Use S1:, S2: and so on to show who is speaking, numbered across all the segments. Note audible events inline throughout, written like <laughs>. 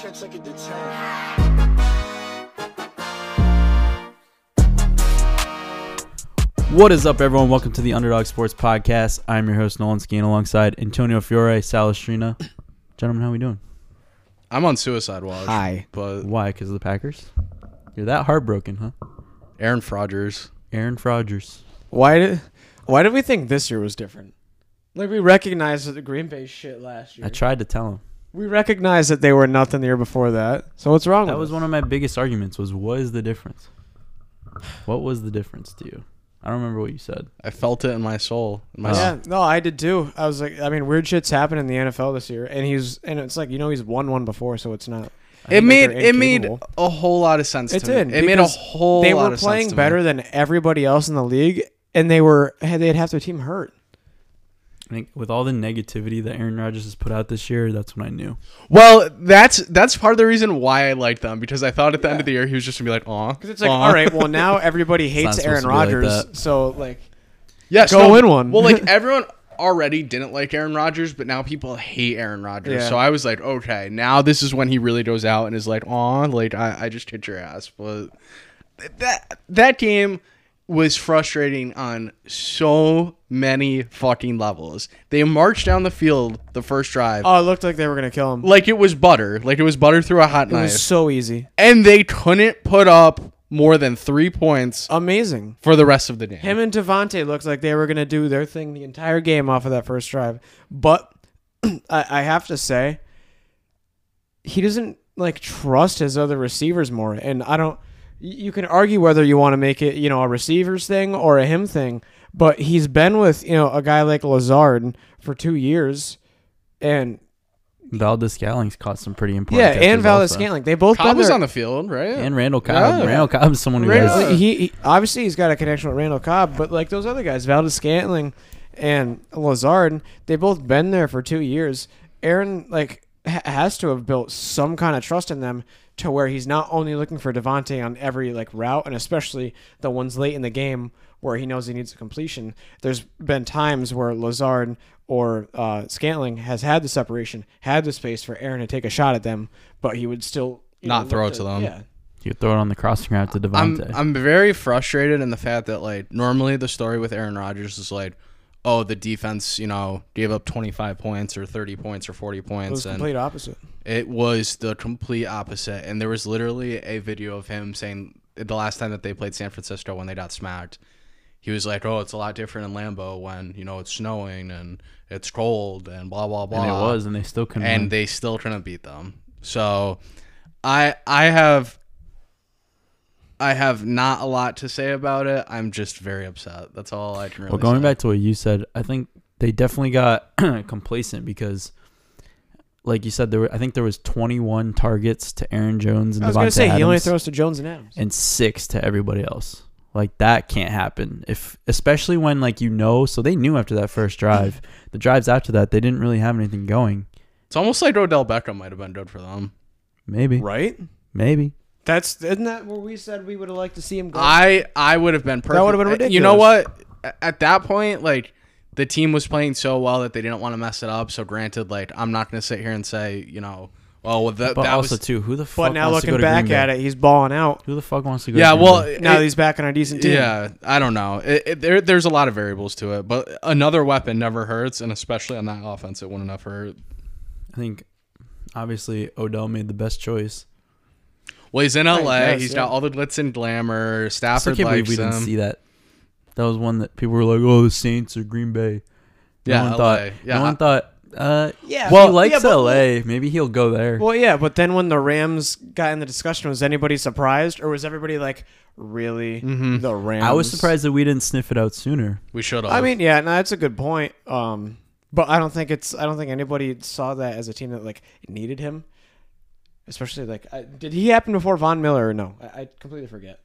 S1: turn, took it to 10.
S2: What is up, everyone? Welcome to the Underdog Sports Podcast. I'm your host, Nolan Skeen, alongside Antonio Fiore, Salestrina. Gentlemen, how we doing?
S3: I'm on suicide watch.
S4: Hi.
S3: But
S2: Why? Because of the Packers? You're that heartbroken, huh?
S3: Aaron Rodgers.
S2: Aaron Rodgers.
S4: Why did why did we think this year was different? Like we recognized that the Green Bay shit last year.
S2: I tried to tell him.
S4: we recognized that they were nothing the year before that. So what's wrong
S2: That
S4: with
S2: was
S4: us?
S2: one of my biggest arguments was what is the difference? What was the difference to you? I don't remember what you said.
S3: I felt it in my soul. In my
S4: Yeah, no, I did too. I was like, I mean, weird shit's happened in the NFL this year, and he's and it's like you know he's won one before, so it's not.
S3: It
S4: think
S3: made
S4: they're
S3: it made
S4: incapable.
S3: a whole lot of sense
S4: It
S3: to
S4: did.
S3: me. It made a
S4: because
S3: whole
S4: They
S3: lot
S4: were
S3: of
S4: playing
S3: sense to
S4: better
S3: me.
S4: than everybody else in the league, and they were had- they'd have their team hurt.
S2: I think with all the negativity that Aaron Rodgers has put out this year, that's when I knew.
S3: Well, that's that's part of the reason why I liked them because I thought at the end of the year he was just gonna be like, aw.
S4: Because it's like, all right,
S3: <laughs>
S4: well now everybody hates
S2: not supposed
S4: Aaron
S2: to be like
S4: Rodgers,
S2: that.
S4: so like
S3: yes,
S4: go
S3: no,
S4: win one.
S3: well,
S4: <laughs>
S3: like everyone already didn't like Aaron Rodgers, but now people hate Aaron Rodgers.
S4: Yeah.
S3: So I was like, okay, now this is when he really goes out and is like, aw, like I, I just hit your ass. But that that game was frustrating on so many fucking levels. They marched down the field the first drive.
S4: oh, it looked like they were gonna kill him.
S3: like it was butter, like it was butter through a hot
S4: it
S3: knife,
S4: was so easy,
S3: and they couldn't put up more than three points
S4: amazing.
S3: for the rest of the game.
S4: Him and Devontae looked like they were going to do their thing the entire game off of that first drive. But <clears throat> I, I have to say, he doesn't like trust his other receivers more. And I don't, y- you can argue whether you want to make it, you know, a receivers thing or a him thing. But he's been with, you know, a guy like Lazard for two years. And
S2: Valdez Scallings caught some pretty
S4: yeah,
S2: important
S4: and
S2: catches
S4: Valdez
S2: also.
S4: Scantling. They both
S3: Cobb
S4: been
S3: was
S4: there-
S3: on the field, right?
S2: And Randall Cobb.
S3: Yeah.
S2: Randall Cobb is someone who
S3: Randall-
S2: has
S3: Yeah.
S4: He, he obviously he's got a connection with Randall Cobb, but like those other guys, Valdez Scantling and Lazard, they both been there for two years. Aaron like ha- has to have built some kind of trust in them to where he's not only looking for Devontae on every like route, and especially the ones late in the game where he knows he needs a completion. There's been times where Lazard or uh, Scantling has had the separation, had the space for Aaron to take a shot at them, but he would still you
S3: Not
S4: look
S3: throw it to them.
S4: Yeah.
S2: you throw it on the crossing route to
S3: I'm
S2: Devontae.
S3: I'm very frustrated in the fact that like normally the story with Aaron Rodgers is like, oh the defense you know gave up 25 points or 30 points or 40
S4: It was
S3: points and
S4: complete opposite.
S3: it was the complete opposite and there was literally a video of him saying the last time that they played San Francisco when they got smacked he was like oh it's a lot different in Lambeau when you know it's snowing and it's cold and blah blah blah
S2: and it was, and they still couldn't. win.
S3: and they still couldn't beat them. So I I have I have not a lot to say about it. I'm just very upset. That's all I can really
S2: Well, going
S3: say.
S2: back to what you said, I think they definitely got <clears throat> complacent because, like you said, there were I think there was 21 targets to Aaron Jones and
S4: I was
S2: Devontae
S4: gonna say
S2: Adams
S4: he only throws to Jones and Adams.
S2: and six to everybody else. Like that can't happen if, especially when like you know. So they knew after that first drive, the drives after that they didn't really have anything going.
S3: It's almost like Odell Beckham might have been good for them.
S2: Maybe,
S4: Right?
S2: maybe.
S4: That's isn't that where we said we would have liked to see him go?
S3: I I would have been perfect.
S4: would've been
S3: Uh, You know what? A- At that point, like the team was playing so well that they didn't want to mess it up. So granted, like I'm not going to sit here and say, you know, well, well that,
S2: But
S3: that
S2: also
S3: was
S2: too, who the fuck?
S4: but now
S2: wants to
S4: looking
S2: go to
S4: back
S2: Green Bay?
S4: at it, he's balling out.
S2: who the fuck wants to go?
S3: yeah.
S2: To Green
S3: Well,
S2: Bay?
S4: Now
S3: it-
S4: that he's back on a decent team.
S3: Yeah, I don't know. It, it, there, there's a lot of variables to it, but another weapon never hurts, and especially on that offense, it wouldn't have hurt.
S2: I think obviously Odell made the best choice.
S3: Well, he's in LA.
S4: guess,
S3: he's
S4: yeah.
S3: got all the glitz and glamour.
S2: I still
S3: Stafford
S2: can't believe
S3: likes
S2: we didn't
S4: um,
S3: him.
S2: see that. That was one that people were like, "Oh, the Saints or Green Bay." No
S3: Yeah,
S2: one
S3: LA.
S2: thought.
S3: Yeah,
S2: no one
S3: I-
S2: thought. Uh,
S4: Yeah.
S2: well,
S4: Well,
S2: he likes
S4: yeah, but-
S2: L.A. Maybe he'll go there.
S4: Well, yeah, but then when the Rams got in the discussion, was anybody surprised, or was everybody like, really the
S2: Mm-hmm.
S4: Rams?
S2: I was surprised that we didn't sniff it out sooner.
S3: We should have.
S4: I mean, yeah, no, that's a good point. Um, but I don't think it's. I don't think anybody saw that as a team that like needed him, especially like. I, did he happen before Von Miller or no? I, I completely forget.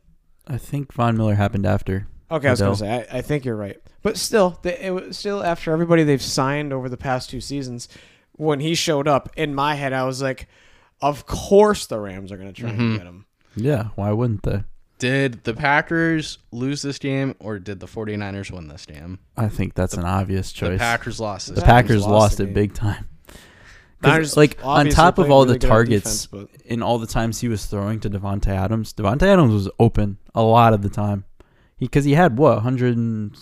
S2: I think Von Miller happened after.
S4: Okay, I was
S2: Odell.
S4: gonna say I, I think you're right, but still, they, it was still after everybody they've signed over the past two seasons, when he showed up in my head, I was like, of course the Rams are gonna try
S2: Mm-hmm.
S4: and get him.
S2: Yeah, why wouldn't they?
S3: did the Packers lose this game, or did the 49ers win this game?
S2: I think that's an obvious choice.
S3: The Packers lost this.
S2: The
S3: game.
S2: Packers
S4: lost
S2: lost
S4: the
S2: it
S4: game.
S2: big time.
S4: Niners
S2: like on
S4: obviously
S2: top of
S4: played
S2: all
S4: really
S2: the
S4: good on
S2: targets
S4: defense, but-
S2: in all the times he was throwing to Devonte Adams, Devonte Adams was open a lot of the time. Because he, had what 100? And,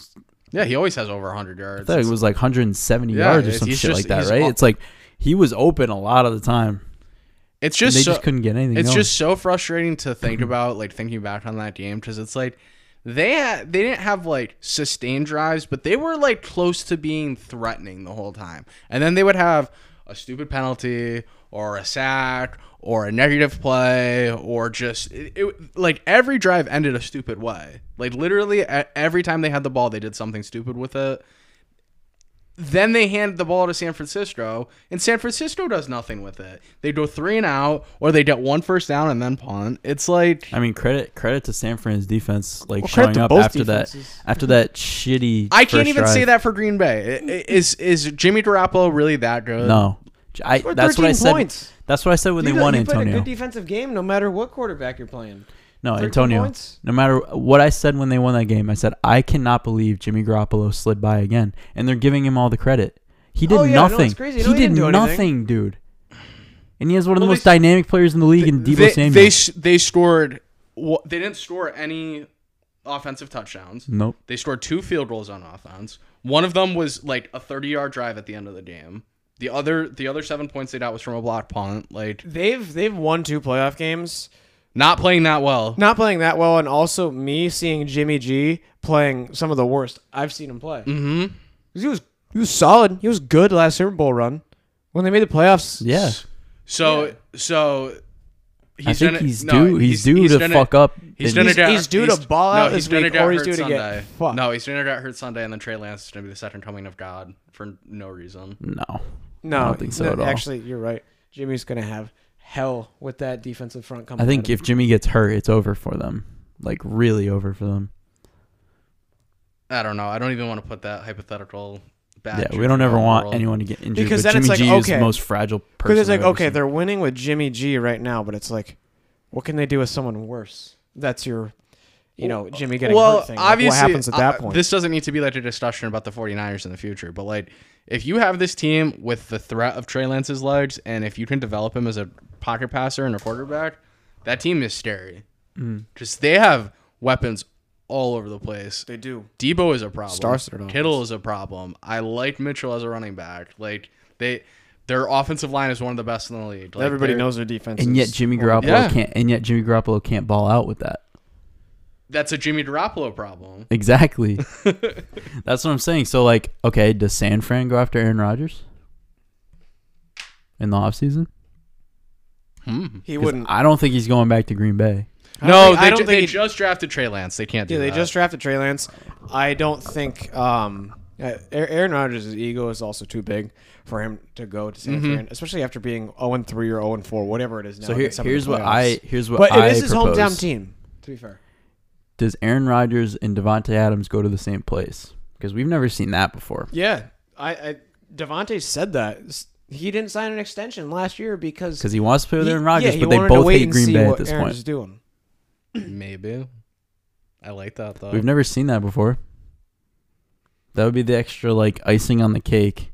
S3: Yeah, he always has over 100
S2: I
S3: yards.
S2: thought it was like 170
S3: Yeah,
S2: yards or
S3: it's-
S2: some shit
S3: he's
S2: like
S3: just-
S2: that,
S3: he's
S2: right?
S3: up.
S2: It's like he was open a lot of the time.
S3: it's
S2: And
S3: just
S2: they
S3: so-
S2: just couldn't get anything.
S3: it's
S2: going.
S3: just so frustrating to think about, like thinking back on that game, because it's like they had, they didn't have like sustained drives, but they were like close to being threatening the whole time. And then they would have a stupid penalty or a sack or a negative play or just it, it, like every drive ended a stupid way. Like literally e- every time they had the ball, they did something stupid with it. Then they hand the ball to San Francisco, and San Francisco does nothing with it. They go three and out, or they get one first down and then punt. It's like
S2: I mean, credit credit to San Fran's defense, like
S4: Well,
S2: showing
S4: credit to
S2: up
S4: both
S2: after
S4: defenses.
S2: that after that shitty.
S3: I can't
S2: first
S3: even say
S2: drive.
S3: that for Green Bay. I- i- Is is Jimmy Garoppolo really that good?
S2: No, J- I.
S4: Scored
S2: That's what I
S4: 13
S2: said.
S4: points.
S2: That's what I said when
S4: Dude,
S2: they won
S4: he played a
S2: Antonio.
S4: good defensive game, no matter what quarterback you're playing.
S2: no,
S4: 13
S2: Antonio.
S4: points.
S2: No matter what I said when they won that game, I said I cannot believe Jimmy Garoppolo slid by again, and they're giving him all the credit. He did
S4: Oh, yeah, no, it's
S2: nothing.
S4: crazy.
S2: He
S4: No, he
S2: did
S4: didn't do anything.
S2: nothing, dude. And he has one of the
S3: Well, they
S2: most
S3: s-
S2: dynamic players in the league in Debo
S3: they,
S2: Samuel.
S3: They s- they scored. wha- They didn't score any offensive touchdowns.
S2: nope.
S3: They scored two field goals on offense. One of them was like a 30-yard drive at the end of the game. The other the other seven points they got was from a block punt. Like
S4: They've they've won two playoff games,
S3: not playing that well.
S4: not playing that well, and also me seeing Jimmy G playing some of the worst I've seen him play. Mm-hmm. He was he was solid. He was good last Super Bowl run when they made the playoffs.
S2: Yeah.
S3: So so he's
S2: I think
S3: gonna-
S2: he's
S3: no,
S2: due. He's, due to
S3: gonna-
S2: fuck up.
S3: He's
S2: in
S3: gonna
S2: this-
S3: get.
S4: he's due to
S3: he's-
S4: ball out this
S3: gonna
S4: week,
S3: get
S4: or he's
S3: hurt
S4: due to get
S3: Sunday.
S4: fucked.
S3: No, he's gonna get hurt Sunday, and then Trey Lance is gonna be the second coming of God for no reason.
S2: No.
S4: No,
S2: I don't think so
S4: no,
S2: at all.
S4: Actually, you're right. Jimmy's gonna have hell with that defensive front coming.
S2: I
S4: at
S2: think
S4: him.
S2: if Jimmy gets hurt, it's over for them. Like really over for them.
S3: I don't know. I don't even want to put that hypothetical. Bad
S2: yeah, we don't ever want anyone to get injured.
S4: Because
S2: but
S4: then it's
S2: Jimmy
S4: like,
S2: G is the
S4: okay.
S2: most fragile person.
S4: because it's like
S2: I've ever
S4: okay,
S2: seen.
S4: they're winning with Jimmy G right now, but it's like, what can they do with someone worse? That's your, you know, Jimmy getting
S3: well,
S4: hurt thing. Like,
S3: obviously,
S4: what happens at that
S3: uh,
S4: point?
S3: This doesn't need to be like a discussion about the 49ers in the future, but like if you have this team with the threat of Trey Lance's legs, and if you can develop him as a pocket passer and a quarterback, that team is scary.
S4: Mm.
S3: Because they have weapons all over the place.
S4: they do.
S3: Debo is a problem.
S4: Star-studded offense.
S3: Kittle is a problem. I like Mitchell as a running back. Like they, their offensive line is one of the best in the league. Like,
S4: Everybody
S3: they're-
S4: knows their defense.
S2: and yet
S4: is
S2: Jimmy
S4: horrible.
S2: Garoppolo
S3: Yeah.
S2: can't. And yet Jimmy Garoppolo can't ball out with that.
S3: that's a Jimmy Garoppolo problem.
S2: Exactly. That's what I'm saying. So like, okay, does San Fran go after Aaron Rodgers in the offseason?
S4: he
S2: 'Cause
S4: wouldn't.
S2: I don't think he's going back to Green Bay.
S3: No,
S4: think-
S3: they,
S4: I don't
S3: ju-
S4: think
S3: they
S4: he-
S3: just drafted Trey Lance. They can't do
S4: Yeah, they
S3: that.
S4: just drafted Trey Lance. I don't think um, uh, Aar- Aaron Rodgers' ego is also too big for him to go to San Fran, especially after being 0 3 or 0 4, whatever it is now.
S2: Mm-hmm. So here,
S4: in some of the
S2: here's what
S4: playoffs.
S2: I here's what
S4: But
S2: I
S4: it is his
S2: propose.
S4: hometown team, to be fair.
S2: Does Aaron Rodgers and Devontae Adams go to the same place? Because we've never seen that before.
S4: Yeah. I, I Devontae said that. S- He didn't sign an extension last year because.
S2: Because he wants to play with
S4: he-
S2: Aaron Rodgers,
S4: yeah, he
S2: but they
S4: wanted to
S2: both
S4: wait
S2: hate
S4: and
S2: Green
S4: see
S2: Bay
S4: what
S2: at this
S4: Aaron's
S2: point.
S4: doing.
S3: maybe. I like that though.
S2: We've never seen that before. That would be the extra like icing on the cake.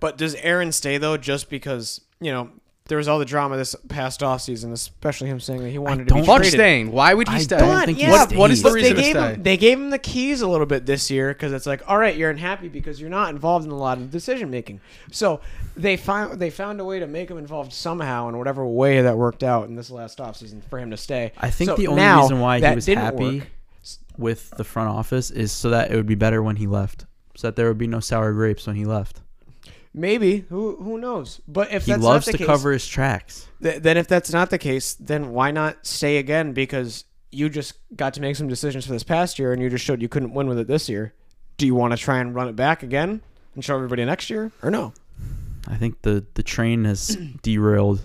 S4: But does Aaron stay, though, just because, you know, there was all the drama this past offseason, especially him saying that he wanted to be
S2: don't-
S3: Fuck
S4: traded.
S3: staying. Why would he
S2: I
S3: stay?
S2: don't
S4: But,
S2: think he
S4: yeah,
S3: what, what is the
S4: but
S3: reason
S4: they gave
S3: to stay?
S4: him they gave him the keys a little bit this year because it's like, all right, you're unhappy because you're not involved in a lot of decision making. So they found they found a way to make him involved somehow in whatever way that worked out in this last offseason for him to stay.
S2: I think
S4: So
S2: the only
S4: now
S2: reason why he
S4: that
S2: was
S4: didn't
S2: happy
S4: work.
S2: with the front office is so that it would be better when he left, so that there would be no sour grapes when he left.
S4: maybe who who knows? But if
S2: He
S4: that's
S2: loves
S4: not the
S2: to
S4: case,
S2: cover his tracks.
S4: th- then if that's not the case, then why not stay again? Because you just got to make some decisions for this past year, and you just showed you couldn't win with it this year. Do you want to try and run it back again and show everybody next year, or no?
S2: I think the the train
S4: <clears throat>
S2: has derailed.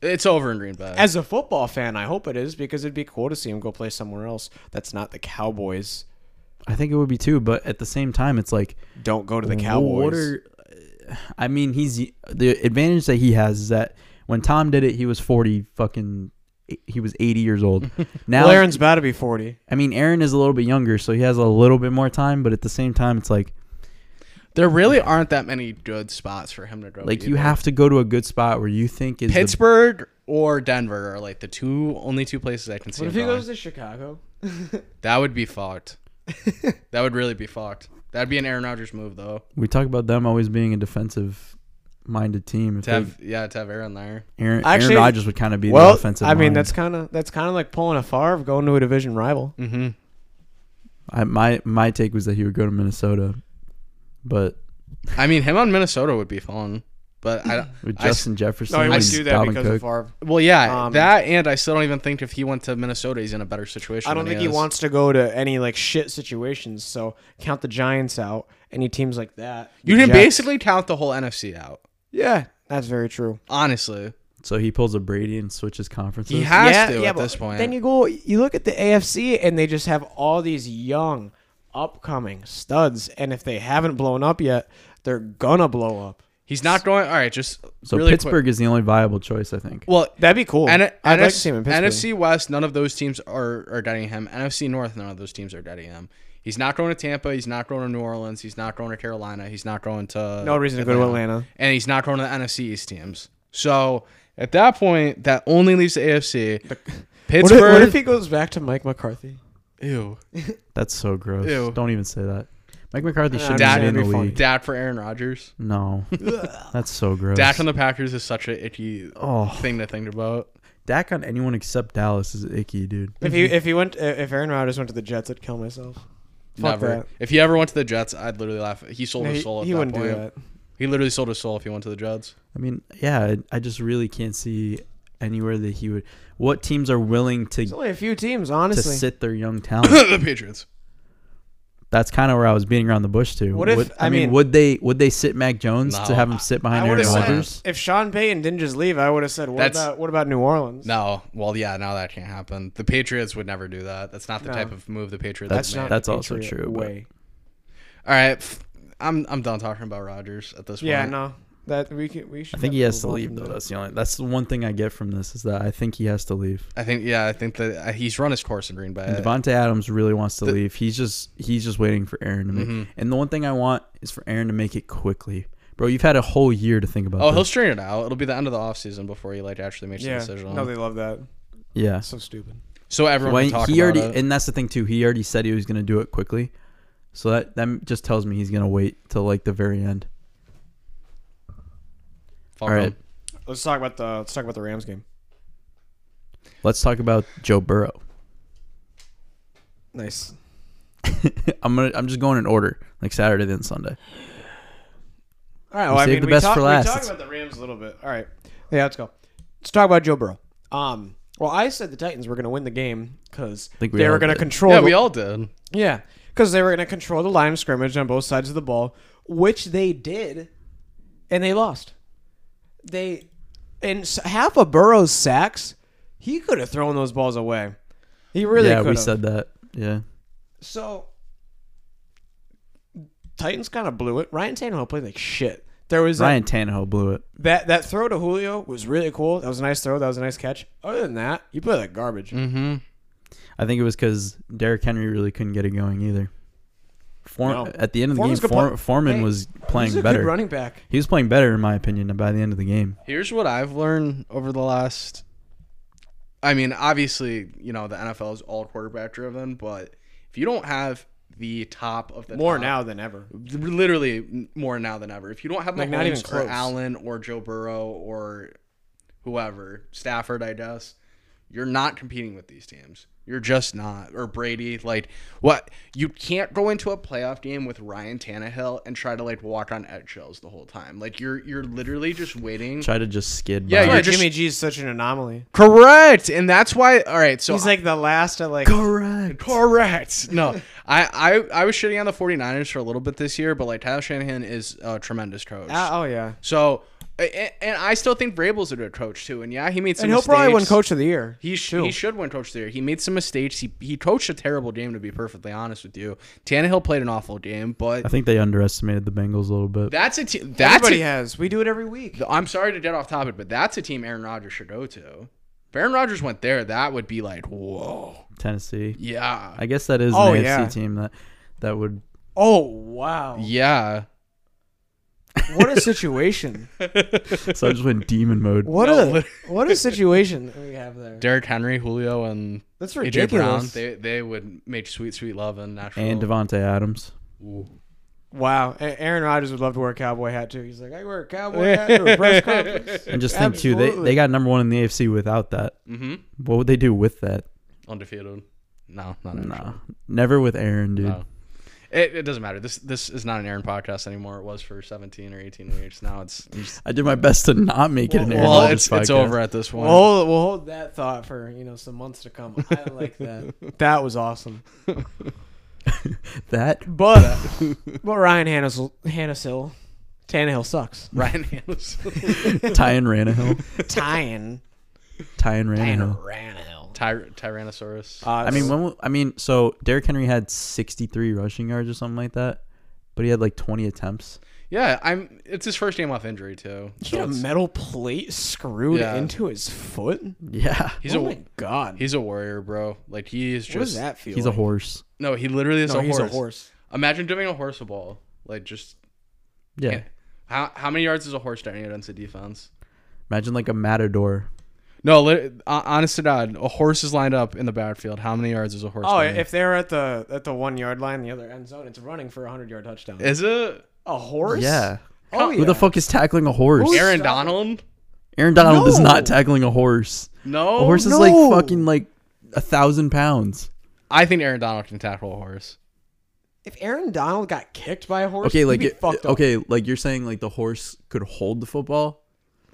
S3: It's over in Green Bay.
S4: As a football fan, I hope it is because it'd be cool to see him go play somewhere else that's not the Cowboys.
S2: I think it would be too, but at the same time, it's like
S4: Don't go to the
S2: What
S4: Cowboys.
S2: are- I mean, he's the advantage that he has is that when Tom did it, he was forty fucking. e, He was eighty years
S4: <laughs>
S2: old. Now
S4: well, Aaron's about to be 40.
S2: I mean, Aaron is a little bit younger, so he has a little bit more time. But at the same time, it's like
S3: There really aren't that many good spots for him to go.
S2: Like you
S3: either.
S2: have to go to a good spot where you think is the-
S3: Pittsburgh or Denver are like the two only two places I can see.
S4: What if
S3: him
S4: he
S3: going.
S4: goes to Chicago?
S3: that would be
S4: <laughs>
S3: fucked. that would really be fucked. That'd be an Aaron Rodgers move though.
S2: we talk about them always being a defensive minded team. If
S3: To have yeah, to have Aaron there.
S2: they, Aaron,
S4: Actually-
S2: Aaron Rodgers would kind of be the
S4: well,
S2: offensive.
S4: I mean,
S2: mind.
S4: that's kind of that's kind of like pulling a Favre going to a division rival.
S3: Mm-hmm.
S2: I, my my take was that he would go to Minnesota, but
S3: I mean, him on Minnesota would be fun, but I don't.
S2: with
S3: I s-
S2: Justin Jefferson, and Dalvin Cook,
S4: Favre.
S3: Well, yeah,
S4: Um,
S3: that and I still don't even think if he went to Minnesota, he's in a better situation.
S4: I don't
S3: than
S4: think he
S3: is.
S4: wants to go to any like shit situations. So count the Giants out. Any teams like that.
S3: You
S4: The
S3: can
S4: Jets.
S3: basically count the whole NFC out.
S4: Yeah, that's very true.
S3: Honestly,
S2: so he pulls a Brady and switches conferences.
S3: he has
S4: yeah,
S3: to
S4: yeah,
S3: at
S4: but
S3: this point.
S4: Then you go, you look at the AFC, and they just have all these young, upcoming studs, and if they haven't blown up yet, they're gonna blow up.
S3: he's not going. All right, just
S2: so
S3: really quick.
S2: Pittsburgh is the only viable choice, I think.
S3: Well,
S4: That'd be cool.
S3: N-
S4: oh, I'd
S3: NF-
S4: like to see him in Pittsburgh.
S3: NFC West, none of those teams are, are doubting him. NFC North, none of those teams are doubting him. He's not going to Tampa. He's not going to New Orleans. He's not going to Carolina. He's not going to.
S4: No reason to go to Atlanta.
S3: And he's not going to the NFC East teams. So at that point, that only leaves the AFC.
S4: <laughs> What if,
S3: Pittsburgh.
S4: what if he goes back to Mike McCarthy?
S3: ew.
S2: That's so gross.
S3: Ew.
S2: Don't even say that. Mike McCarthy
S4: Nah,
S2: shouldn't
S4: I'm
S2: be
S4: saying
S2: in the
S4: it'd be funny.
S2: league.
S3: Dad for Aaron Rodgers. <laughs>
S2: No, that's so gross.
S3: Dak on the Packers is such a icky
S2: oh,
S3: thing to think about.
S2: Dak on anyone except Dallas is icky, dude.
S4: If he if he went uh, if Aaron Rodgers went to the Jets, I'd kill myself. Fuck
S3: Never.
S4: that.
S3: If he ever went to the Jets, I'd literally laugh. He sold
S4: No,
S3: his
S4: he
S3: soul at
S4: he
S3: that
S4: wouldn't
S3: point.
S4: do that.
S3: He literally sold his soul if he went to the Jets. <coughs>
S2: I mean, yeah, I, I just really can't see anywhere that he would. What teams are willing to
S4: There's only a few teams,
S2: to
S4: honestly.
S2: sit their
S4: <coughs>
S2: young talent?
S3: the Patriots.
S2: That's kind of where I was beating around the bush to.
S4: What if-
S2: would, I,
S4: I
S2: mean,
S4: mean-
S2: would they would they sit Mac Jones to
S3: No.
S2: have him sit behind
S4: I would
S2: Aaron
S4: have
S3: They wouldn't.
S2: Rodgers?
S4: said if Sean Payton didn't just leave, I would have said, "What
S3: That's-
S4: about what about New Orleans?"
S3: No, well, yeah, now that can't happen. The Patriots would never do that. That's not the
S4: No.
S3: type of move the Patriots.
S2: That's
S3: would make.
S2: not- that's also
S4: Patriot
S2: true, but-
S4: Way.
S3: All right, f- I'm I'm done talking about Rodgers at this
S4: Yeah,
S3: point.
S4: no, that we can. We should.
S2: I think
S4: have
S2: he has to
S4: move on
S2: leave
S4: from
S2: though.
S4: that.
S2: That's the only. That's the one thing I get from this is that I think he has to leave.
S3: I think yeah, I think that uh, he's run his course in Green Bay.
S2: And Devonte Adams really wants to leave. He's just he's just waiting for Aaron to make. And the one thing I want is for Aaron to make it quickly, bro. You've had a whole year to think about.
S3: oh,
S2: this.
S3: he'll string it out. It'll be the end of the offseason before he like actually makes
S4: Yeah,
S3: the decision.
S4: no, they love that.
S2: yeah.
S4: So stupid.
S3: so everyone
S2: When
S3: can talk
S2: he
S3: about
S2: already,
S3: it.
S2: and that's the thing too. He already said he was gonna do it quickly, so that that just tells me he's gonna wait till like the very end.
S3: Fuck
S2: all right.
S3: him.
S4: Let's talk about the let's talk about the Rams game.
S2: Let's talk about Joe Burrow. <laughs>
S4: Nice.
S2: I'm gonna I'm just going in order, like Saturday then Sunday.
S4: All right.
S2: We
S4: Well, I
S2: saved
S4: mean,
S2: the
S4: we
S2: best
S4: talked-
S2: for
S4: we
S2: last.
S4: talked about the Rams a little bit. All right. Yeah, let's go. Let's talk about Joe Burrow. Um. Well, I said the Titans were going to win the game because
S2: think we
S4: they
S2: all
S4: were going to
S2: did.
S4: control.
S3: Yeah,
S4: the-
S3: we all did.
S4: Yeah, because they were going to control the line of scrimmage on both sides of the ball, which they did, and they lost. They and s- half of Burrow's sacks, he could have thrown those balls away. He really
S2: yeah,
S4: could
S2: we
S4: have.
S2: said that. Yeah,
S4: so. Titans kind of blew it. Ryan Tannehill played like shit. There was that
S2: Ryan Tannehill blew it.
S4: that, that throw to Julio was really cool. That was a nice throw. That was a nice catch. Other than that, you played like garbage.
S2: Mm-hmm. I think it was because Derrick Henry really couldn't get it going either. Form,
S4: No.
S2: At the end of the
S4: Foreman's
S2: game,
S4: good
S2: For,
S4: play-
S2: Foreman
S4: Hey,
S2: was
S4: He's a
S2: playing
S4: good
S2: better.
S4: running back.
S2: He was playing better, in my opinion, by the end of the game.
S3: Here's what I've learned over the last. I mean, obviously, you know the NFL is all quarterback driven, but if you don't have the top of the
S4: More
S3: top-
S4: now than ever.
S3: literally m- more now than ever. If you don't have
S4: Like,
S3: Mahomes
S4: not even
S3: or
S4: close.
S3: Allen or Joe Burrow or whoever Stafford, I guess you're not competing with these teams. You're just not. Or Brady, like what? You can't go into a playoff game with Ryan Tannehill and try to like walk on eggshells the whole time. Like you're you're literally just waiting.
S2: Try to just skid.
S3: Yeah,
S2: by.
S3: you're
S4: Yeah,
S3: just-
S4: Jimmy G is such an anomaly.
S3: Correct, and that's why. All right, so
S4: He's like the last of like.
S2: correct.
S3: Correct. <laughs> No, I, I I was shitting on the 49ers for a little bit this year, but like Tyler Shanahan is a tremendous coach.
S4: Ah, oh yeah,
S3: So, and, and I still think Vrabel's a good coach too. And yeah, he made some.
S4: and he'll
S3: mistakes.
S4: probably win Coach of the Year.
S3: He, sh- he should win coach of the year. He made some mistakes. He he coached a terrible game, to be perfectly honest with you. Tannehill played an awful game,
S2: I
S3: but
S2: think they underestimated the Bengals a little bit.
S3: that's a team. That's
S4: Everybody
S3: a,
S4: has. We do it every week.
S3: I'm sorry to get off topic, but that's a team Aaron Rodgers should go to. If Aaron Rodgers went there, that would be like whoa,
S2: Tennessee.
S3: yeah,
S2: I guess that is
S4: Oh,
S2: an AFC
S4: yeah. <laughs>
S2: team that that would.
S4: Oh wow.
S3: yeah.
S4: <laughs> what a situation!
S2: So I just went demon mode.
S4: What
S3: No,
S4: a what a situation that we have there.
S3: Derrick Henry, Julio, and AJ
S4: That's
S3: Brown.
S4: ridiculous.
S3: They they would make sweet sweet love in Nashville.
S2: And Devonte Adams.
S3: Ooh.
S4: Wow, A- Aaron Rodgers would love to wear a cowboy hat too. He's like, I wear a <laughs> cowboy hat to a press conference. <laughs>
S2: And just think too, they,
S4: Absolutely.
S2: they got number one in the AFC without that.
S3: Mm-hmm.
S2: What would they do with that?
S3: Undefeated. No, not actually.
S2: Nah. Never with Aaron, dude.
S3: No. It, it doesn't matter. This this is not an Aaron podcast anymore. It was for 17 or 18 weeks. Now it's it's-
S2: I did my best to not make it an Aaron
S3: well,
S2: Rodgers
S3: it's,
S2: podcast.
S3: it's over at this
S4: We'll
S3: point.
S4: hold, we'll hold that thought for you know some months to come. I like that. that was awesome.
S3: <laughs>
S2: That
S4: <laughs> But but Ryan Hannes- Hannesil, Tannehill sucks.
S3: Ryan Hannes,
S2: <laughs> Tyan Ranahill.
S4: Tying
S2: Tyan
S4: and
S2: Ranahill.
S4: Ranhill.
S3: Tyr- Tyrannosaurus.
S2: I mean, when, I mean, so Derrick Henry had 63 rushing yards or something like that, but he had like 20 attempts.
S3: yeah, I'm. It's his first game off injury too.
S4: he
S3: So
S4: had a
S3: it's-
S4: metal plate screwed
S3: Yeah.
S4: into his foot.
S2: Yeah.
S3: he's
S4: oh
S3: a
S4: my god!
S3: he's a warrior, bro. Like he is just.
S4: what does that feel?
S2: He's a
S4: like?
S2: horse.
S3: No, he literally is
S4: No,
S3: a,
S4: he's
S3: horse.
S4: a horse.
S3: Imagine doing a horse a ball. Like just
S2: Yeah.
S3: Yeah. how how many yards is a horse starting against a defense?
S2: Imagine like a matador.
S3: No, li- uh, honest to God, a horse is lined up in the battlefield. How many yards is a horse?
S4: Oh,
S3: running?
S4: if they're at the at the one yard line, the other end zone, it's running for a hundred yard touchdown.
S3: is it
S4: a horse?
S2: Yeah.
S4: Oh,
S2: Who the fuck is tackling a horse?
S4: Who's-
S3: Aaron
S4: Stop it.
S3: Donald?
S2: Aaron Donald is
S4: No. Oh,
S2: not tackling a horse.
S3: No,
S2: A horse is
S4: no.
S2: like fucking like a thousand pounds.
S3: I think Aaron Donald can tackle a horse.
S4: If Aaron Donald got kicked by a horse,
S2: Okay, like
S4: he'd be
S2: it-
S4: fucked up.
S2: okay, like you're saying like the horse could hold the football.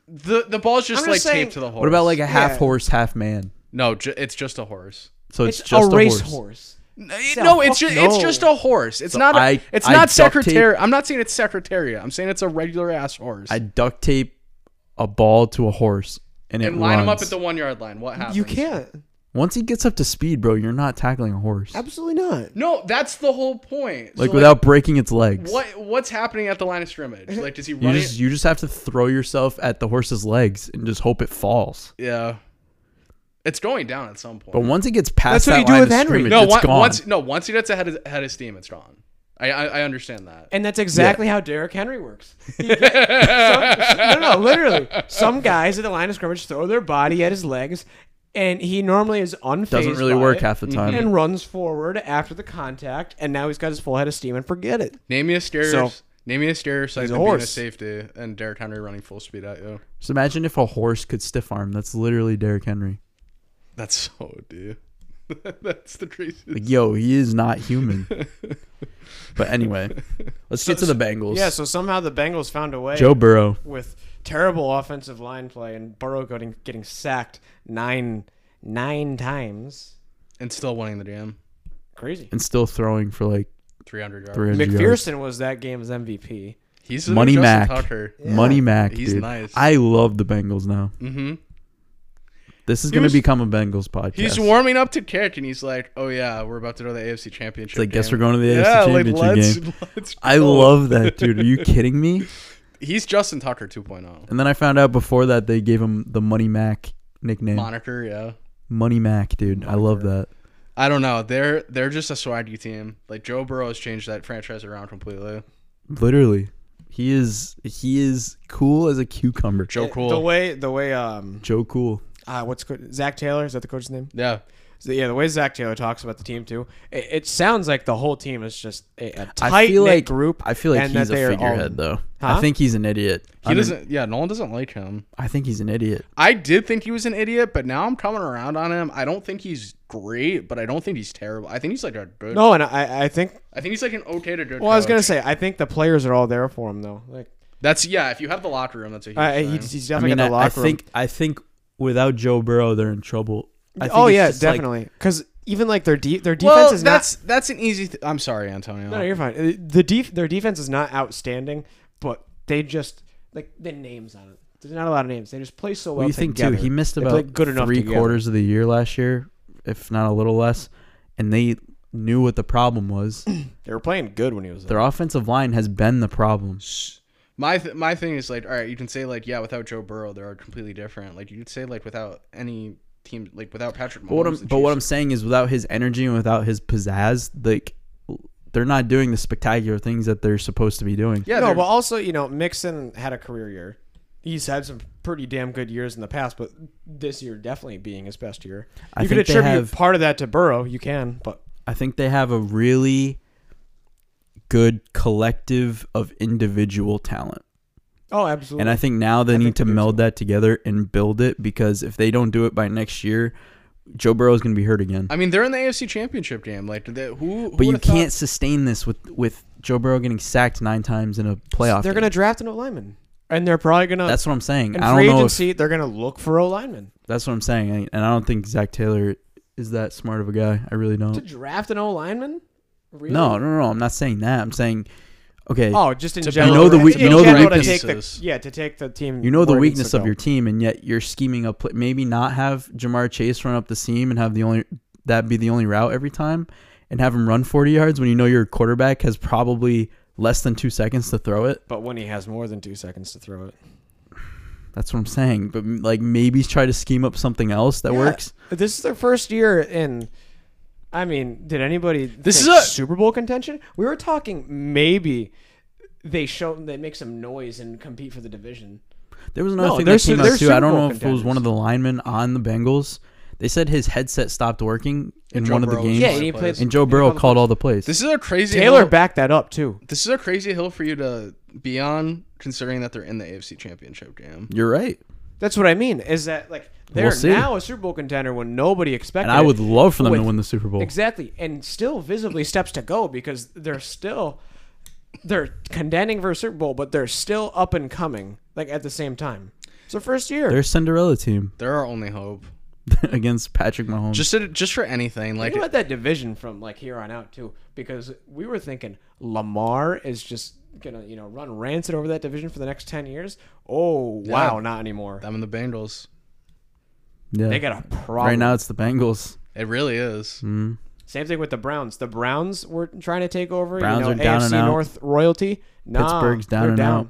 S3: The the ball's just
S4: I'm
S3: like
S4: just saying-
S3: taped to the horse.
S2: What about like a half
S4: Yeah.
S2: horse, half man?
S3: no? Ju- it's just a horse.
S2: So it's,
S4: it's,
S2: just
S4: a race
S2: horse.
S4: horse.
S3: N-
S4: So,
S3: no, it's
S4: fuck
S3: just it's
S4: no.
S3: just a horse. It's
S2: So
S3: not. A,
S2: I-
S3: it's
S2: I
S3: not
S2: duct tape-
S3: secretary. I'm not saying it's secretariat. I'm saying it's a regular ass horse.
S2: I duct tape a ball to a horse and it
S3: and line him up
S2: runs.
S3: at the one yard line. What happens?
S4: You can't.
S2: Once he gets up to speed, bro, you're not tackling a horse.
S4: Absolutely not.
S3: No, that's the whole point. So,
S2: Like without breaking its legs.
S3: what what's happening at the line of scrimmage? Like does he
S2: You
S3: run?
S2: just
S3: it?
S2: you just have to throw yourself at the horse's legs and just hope it falls.
S3: Yeah, it's going down at some point.
S2: But once it gets past
S4: That's what
S2: that
S4: you do
S2: line
S4: with
S2: of
S4: Henry.
S2: scrimmage,
S3: no,
S2: it's
S3: on-
S2: gone.
S3: once no once he gets ahead of, ahead of steam, it's gone. I I, I understand that.
S4: And that's exactly how Derrick Henry <laughs> works. He gets- some, no, no, literally. Some guys at the line of scrimmage throw their body at his legs, and he normally is unfazed.
S2: Doesn't really
S4: by
S2: work
S4: it
S2: half the time.
S4: <laughs> And runs forward after the contact, and now he's got his full head of steam and forget it.
S3: Name me a scarier.
S4: So-
S3: name me a scarier sight
S4: He's a
S3: than being a
S4: horse.
S3: safety and Derrick Henry running full speed at you.
S2: Just imagine if a horse could stiff arm. That's literally Derrick Henry.
S3: That's <laughs> so dude. That's the craziest.
S2: Like, yo, he is not
S3: <laughs>
S2: human. but anyway, let's get to the Bengals.
S4: Yeah, so somehow the Bengals found a way
S2: Joe Burrow.
S4: with terrible offensive line play and Burrow getting, getting sacked nine nine times.
S3: and still winning the game.
S4: Crazy.
S2: And still throwing for like
S3: Three hundred yards.
S2: 300 yards.
S4: McPherson was that game's MVP.
S3: He's
S2: Money
S3: Justin
S2: Mac.
S3: Tucker.
S2: Money Mac,
S3: He's
S2: dude.
S3: nice.
S2: I love the Bengals now.
S3: Mm-hmm.
S2: This is going to
S3: was-
S2: become a Bengals podcast.
S3: He's warming up to kick, and he's like, "Oh yeah, we're about to go to the AFC Championship."
S2: It's like, guess
S3: game."
S2: we're going to the AFC
S3: yeah,
S2: Championship
S3: like, let's,
S2: game.
S3: <laughs> Let's go.
S2: I love that, dude. Are you kidding me?
S3: He's Justin Tucker oh. 2.0
S2: And then I found out before that they gave him the Money Mac nickname.
S3: moniker. Yeah,
S2: Money Mac, dude. I love that.
S3: I don't know. They're they're just a swaggy team. Like Joe Burrow has changed that franchise around completely.
S2: Literally. He is he is cool as a cucumber.
S3: Joe Cool.
S4: The way the way um
S2: Joe Cool.
S4: uh, what's co- Zach Taylor is that the coach's name?
S3: yeah,
S4: So, yeah, the way Zach Taylor talks about the team too, it, it sounds like the whole team is just a, a
S2: I
S4: tight
S2: feel like
S4: group.
S2: I feel like
S4: and that
S2: he's a
S4: they are
S2: figurehead
S4: all-
S2: though. I
S4: Huh?
S2: think he's an idiot.
S3: he
S2: I mean,
S3: doesn't. yeah, Nolan doesn't like him.
S2: I think he's an idiot.
S3: I did think he was an idiot, but now I'm coming around on him. I don't think he's great, but I don't think he's terrible. I think he's like a good.
S4: No, and I I think
S3: I think he's like an okay to good.
S4: well I was gonna
S3: coach.
S4: say I think the players are all there for him though. Like
S3: that's yeah. If you have the locker room, that's a huge
S4: uh,
S3: thing.
S4: he's, he's
S2: I
S4: definitely
S2: mean,
S4: got
S2: I,
S4: the
S2: I
S4: locker room.
S2: think I think without Joe Burrow, they're in trouble. I think
S4: oh
S2: it's
S4: yeah,
S2: just, like,
S4: definitely. Because even like their de- their defense
S3: well,
S4: is not.
S3: that's that's an easy. Th- I'm sorry, Antonio.
S4: No, no, you're fine. Uh, The def- their defense is not outstanding, but they just like the names on it. There's not a lot of names. They just play so well.
S2: what do you think
S4: together.
S2: too? He missed
S4: They
S2: about
S4: play good enough
S2: three
S4: together.
S2: quarters of the year last year, if not a little less, and they knew what the problem
S4: <clears throat>
S2: was.
S4: They were playing good when he was there.
S2: Their offensive line has been the problem.
S3: my th- my thing is like, all right, you can say like, yeah, without Joe Burrow, they're completely different. Like you could say like without any team, like without Patrick Mahomes.
S2: But what I'm
S3: the
S2: but what I'm
S3: Chiefs-
S2: saying is without his energy and without his pizzazz, like they're not doing the spectacular things that they're supposed to be doing.
S3: Yeah,
S4: no,
S3: they're-
S4: but also you know Mixon had a career year. He's had some pretty damn good years in the past, but this year definitely being his best year. You
S2: I
S4: could
S2: think they
S4: attribute
S2: have-
S4: part of that to Burrow. You can, but
S2: I think they have a really good collective of individual talent.
S4: oh, absolutely.
S2: And I think now they need
S4: think
S2: to
S4: they do
S2: meld that together and build it because if they don't do it by next year, Joe Burrow's going to be hurt again.
S3: I mean, they're in the AFC Championship game. Like, they, who? who
S2: But you
S3: would've thought-
S2: can't sustain this with with Joe Burrow getting sacked nine times in a playoff.
S4: they're
S2: game.
S4: gonna draft an O lineman, and they're probably gonna.
S2: That's what I'm saying.
S4: in
S2: I don't
S4: free
S2: know. If,
S4: agency, they're gonna look for O lineman
S2: that's what I'm saying, I- and I don't think Zach Taylor is that smart of a guy. I really
S4: to
S2: don't.
S4: draft an O lineman. Really?
S2: No, no, no. I'm not saying that. I'm saying, okay,
S4: Oh, just in
S3: To
S4: general.
S2: build You know the
S4: in
S2: we- you know the
S4: general, to
S3: weakness-
S4: take the- yeah, to take the team.
S2: you know the
S4: where it needs
S2: weakness
S4: to
S2: of
S4: go.
S2: your team, and yet you're scheming up. Play- maybe not have Jamar Chase run up the seam and have the only that be the only route every time, and have him run 40 yards when you know your quarterback has probably less than two seconds to throw it.
S4: But when he has more than two seconds to throw it,
S2: That's what I'm saying. But like maybe try to scheme up something else that
S4: Yeah.
S2: works.
S4: Uh, This is their first year in. I mean, did anybody? This
S3: is a-
S4: Super Bowl contention. We were talking maybe they show they make some noise and compete for the division.
S2: There was another
S4: No,
S2: thing
S4: they're
S2: that
S4: su-
S2: came
S4: they're
S2: out too.
S4: Super
S2: I don't
S4: Bowl
S2: know if it was one of the linemen on the Bengals. They said his headset stopped working in
S3: Joe
S2: one of the
S3: Burrow was
S2: games,
S4: Yeah,
S3: one of
S4: he
S3: the
S4: played-
S3: players.
S2: and Joe Burrow called all the plays.
S3: This is a crazy
S4: Taylor
S3: hill-
S4: backed that up too.
S3: This is a crazy hill for you to be on, considering that they're in the AFC Championship game.
S2: You're right,
S4: That's what I mean. Is that like they're
S2: see.
S4: now a Super Bowl contender when nobody expected?
S2: and I
S4: it.
S2: would love for them to
S4: With-
S2: win the Super Bowl.
S4: Exactly, and still visibly steps to go because they're still they're contending for a Super Bowl, but they're still up and coming. Like at the same time, so first year.
S2: They're a Cinderella team
S3: They're our only hope.
S2: <laughs> against Patrick Mahomes.
S3: Just to, just for anything, like
S4: Think about that division from like here on out too, because we were thinking Lamar is just gonna you know run rancid over that division for the next ten years. Oh wow, not anymore.
S3: them and the Bengals.
S2: yeah.
S4: They got a problem.
S2: right now, it's the Bengals.
S3: It really is.
S2: Mm.
S4: Same thing with the Browns. The Browns were trying to take over.
S2: Browns
S4: you know,
S2: are down
S4: AFC
S2: and out.
S4: North royalty. Nah,
S2: Pittsburgh's down
S4: they're
S2: and
S4: down.
S2: out.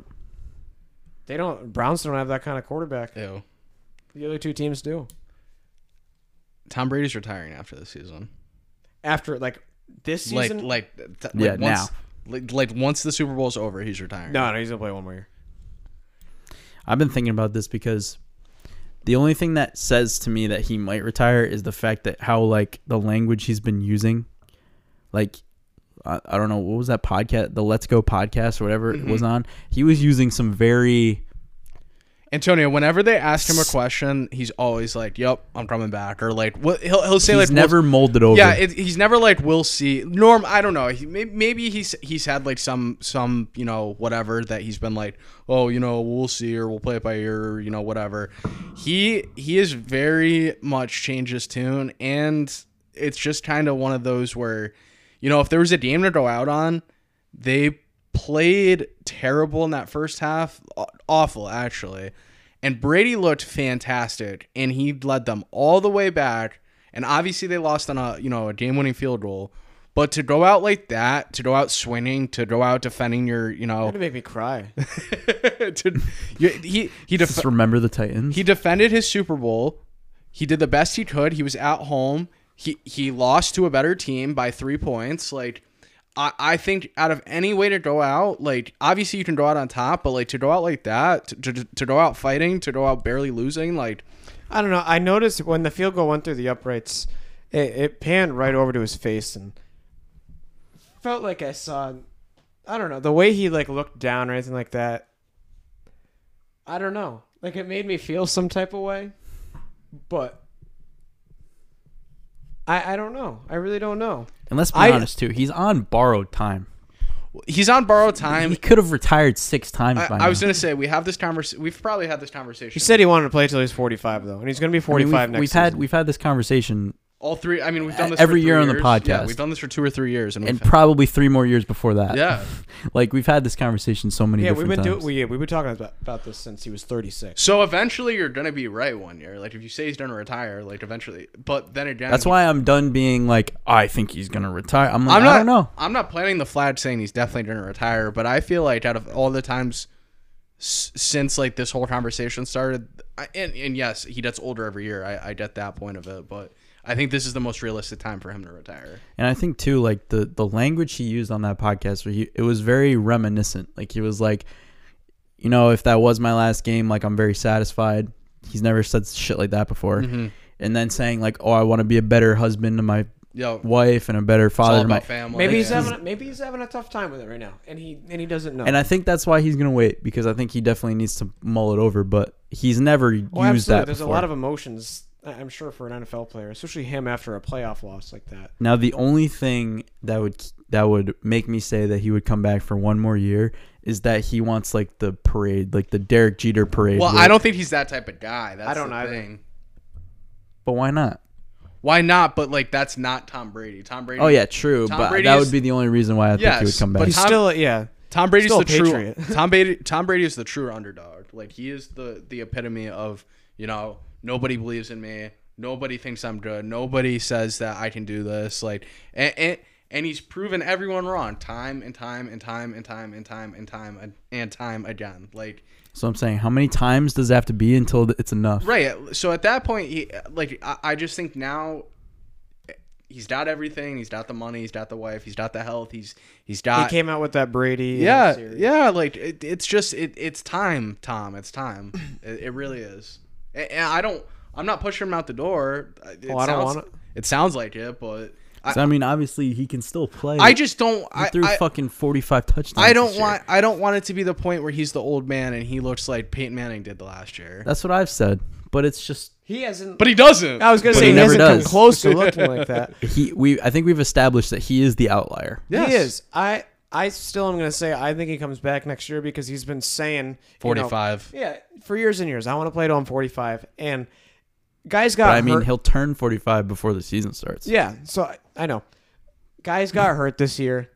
S4: They don't. Browns don't have that kind of quarterback.
S3: Ew.
S4: The other two teams do.
S3: Tom Brady's retiring after this season.
S4: After like this season,
S3: Like like, th- like
S2: Yeah,
S3: once, Like, like once the Super Bowl's over, he's retiring.
S4: no, no, he's gonna play one more year.
S2: I've been thinking about this because the only thing that says to me that he might retire is the fact that how like the language he's been using, like I, I don't know what was that podcast, the Let's Go podcast or whatever it
S4: Mm-hmm.
S2: was on. He was using some very
S3: Antonio, whenever they ask him a question, he's always like, "Yep, I'm coming back," or like, "What?" He'll he'll say
S2: he's
S3: like,
S2: never molded over.
S3: We'll, yeah, it, he's never like, "We'll see." Norm, I don't know. He, may- maybe he's he's had like some some you know whatever that he's been like, "Oh, you know, we'll see," or "We'll play it by ear," or you know whatever. He he is very much changes tune, and it's just kind of one of those where, you know, if there was a game to go out on, they played terrible in that first half, aw- awful actually. And Brady looked fantastic, and he led them all the way back. And obviously, they lost on a you know a game-winning field goal, but to go out like that, to go out swinging, to go out defending your you
S4: <laughs>
S3: know, <laughs>
S4: Gonna make me cry.
S3: to, you, he he def-
S2: just remember the Titans.
S3: he defended his Super Bowl. He did the best he could. He was at home. He he lost to a better team by three points. Like I, I think out of any way to go out, like obviously you can go out on top, but like to go out like that, to, to, to go out fighting, to go out barely losing, like
S4: I don't know. I noticed when the field goal went through the uprights, it, it panned right over to his face and felt like I saw. I don't know the way he like looked down or anything like that. I don't know. Like it made me feel some type of way, but I I don't know. I really don't know.
S2: and let's be
S3: I-
S2: honest too, he's on borrowed time.
S3: he's on borrowed time.
S2: He could have retired six times by
S3: I,
S2: now.
S3: I was gonna say we have this conversation. We've probably had this conversation.
S4: He said he wanted to play till he's forty five though, and he's gonna be
S2: I
S4: forty
S2: mean,
S4: five
S2: we've,
S4: next.
S2: we've had
S4: season.
S2: we've had this conversation
S3: all three. I mean, we've done this
S2: Every
S3: for three
S2: year on the
S3: years. Yeah,
S2: podcast.
S3: we've done this for two or three years, and,
S2: and
S3: we've-
S2: probably three more years before that.
S3: yeah.
S2: <laughs> like we've had this conversation so many.
S4: yeah, we've
S2: different
S4: been doing
S2: times.
S4: we, yeah, we've been talking about, about this since he was thirty six.
S3: So eventually, you're gonna be right one year. Like if you say he's gonna retire, like eventually. But then again,
S2: That's why I'm done being like, I think he's gonna retire. I'm like,
S3: I'm
S2: I'm
S3: not.
S2: I don't know.
S3: I'm not planting the flag saying he's definitely going to retire, but I feel like out of all the times s- since like this whole conversation started, I, and and yes, he gets older every year. I, I get that point of it, but I think this is the most realistic time for him to retire.
S2: And I think too, like the the language he used on that podcast, where he, it was very reminiscent. Like he was like, you know, if that was my last game, like I'm very satisfied. He's never said shit like that before.
S3: Mm-hmm.
S2: And then saying like, oh, I want to be a better husband to my
S3: Yo, it's
S2: wife and a better father
S3: all
S2: to my
S3: about family.
S4: Maybe he's having a, maybe he's having a tough time with it right now, and he and he doesn't know.
S2: And I think that's why he's gonna wait because I think he definitely needs to mull it over. But he's never
S4: Oh,
S2: used
S4: absolutely.
S2: that.
S4: There's
S2: before.
S4: a lot of emotions. I- I'm sure for an NFL player, especially him after a playoff loss like that.
S2: Now the only thing that would that would make me say that he would come back for one more year is that he wants like the parade, like the Derek Jeter parade.
S3: Well,
S2: where-
S3: I don't think he's that type of guy. That's
S4: I don't
S3: the
S4: either.
S3: thing.
S2: But why not?
S3: Why not? But like, that's not Tom Brady. Tom Brady.
S2: Oh yeah, true.
S3: Tom
S2: but
S3: Brady
S2: that
S3: is-
S2: would be the only reason why I think he would
S3: Yes,
S2: come back.
S3: but
S4: He's
S3: Tom-
S4: still, yeah.
S3: Tom Brady's
S4: Still
S3: the
S4: a
S3: true.
S4: patriot.
S3: <laughs> Tom Brady. Tom Brady is the true underdog. Like he is the the epitome of you know nobody believes in me. Nobody thinks I'm good. Nobody says that I can do this. Like and and, and he's proven everyone wrong time and time and time and time and time and time and, and time again. Like
S2: so I'm saying, how many times does it have to be until th- it's enough?
S3: Right. So at that point, he like I, I just think now he's got everything. He's got the money. He's got the wife. He's got the health. He's he's
S4: He
S3: got
S4: came out with that Brady. uh,
S3: yeah
S4: series.
S3: yeah. Like it, it's just it, it's time, Tom. It's time. <clears throat> it, it really is. And, and I don't. I'm not pushing him out the door. It
S4: Oh, I don't
S3: sounds-
S4: wanna-
S3: It sounds like it, but I,
S2: So, I mean, obviously he can still play.
S3: I just don't.
S2: he
S3: I,
S2: threw
S3: I,
S2: fucking 45 touchdowns.
S3: I don't
S2: this year.
S3: want. I don't want it to be the point where he's the old man and he looks like Peyton Manning did the last year.
S2: That's what I've said. But it's just
S4: He hasn't.
S3: but he doesn't.
S4: I was gonna
S2: But
S4: say
S2: he
S4: he,
S2: never
S4: hasn't
S2: does.
S4: come close to looking like that.
S2: he we I think we've established that he is the outlier.
S3: Yes.
S4: He is. I I still am gonna say I think he comes back next year because he's been saying you know,
S3: 45.
S4: yeah, for years and years. I want to play till I'm 45, and guys got.
S2: But I mean,
S4: hurt.
S2: he'll turn 45 before the season starts.
S4: Yeah, so I, I know. Guys got hurt this year.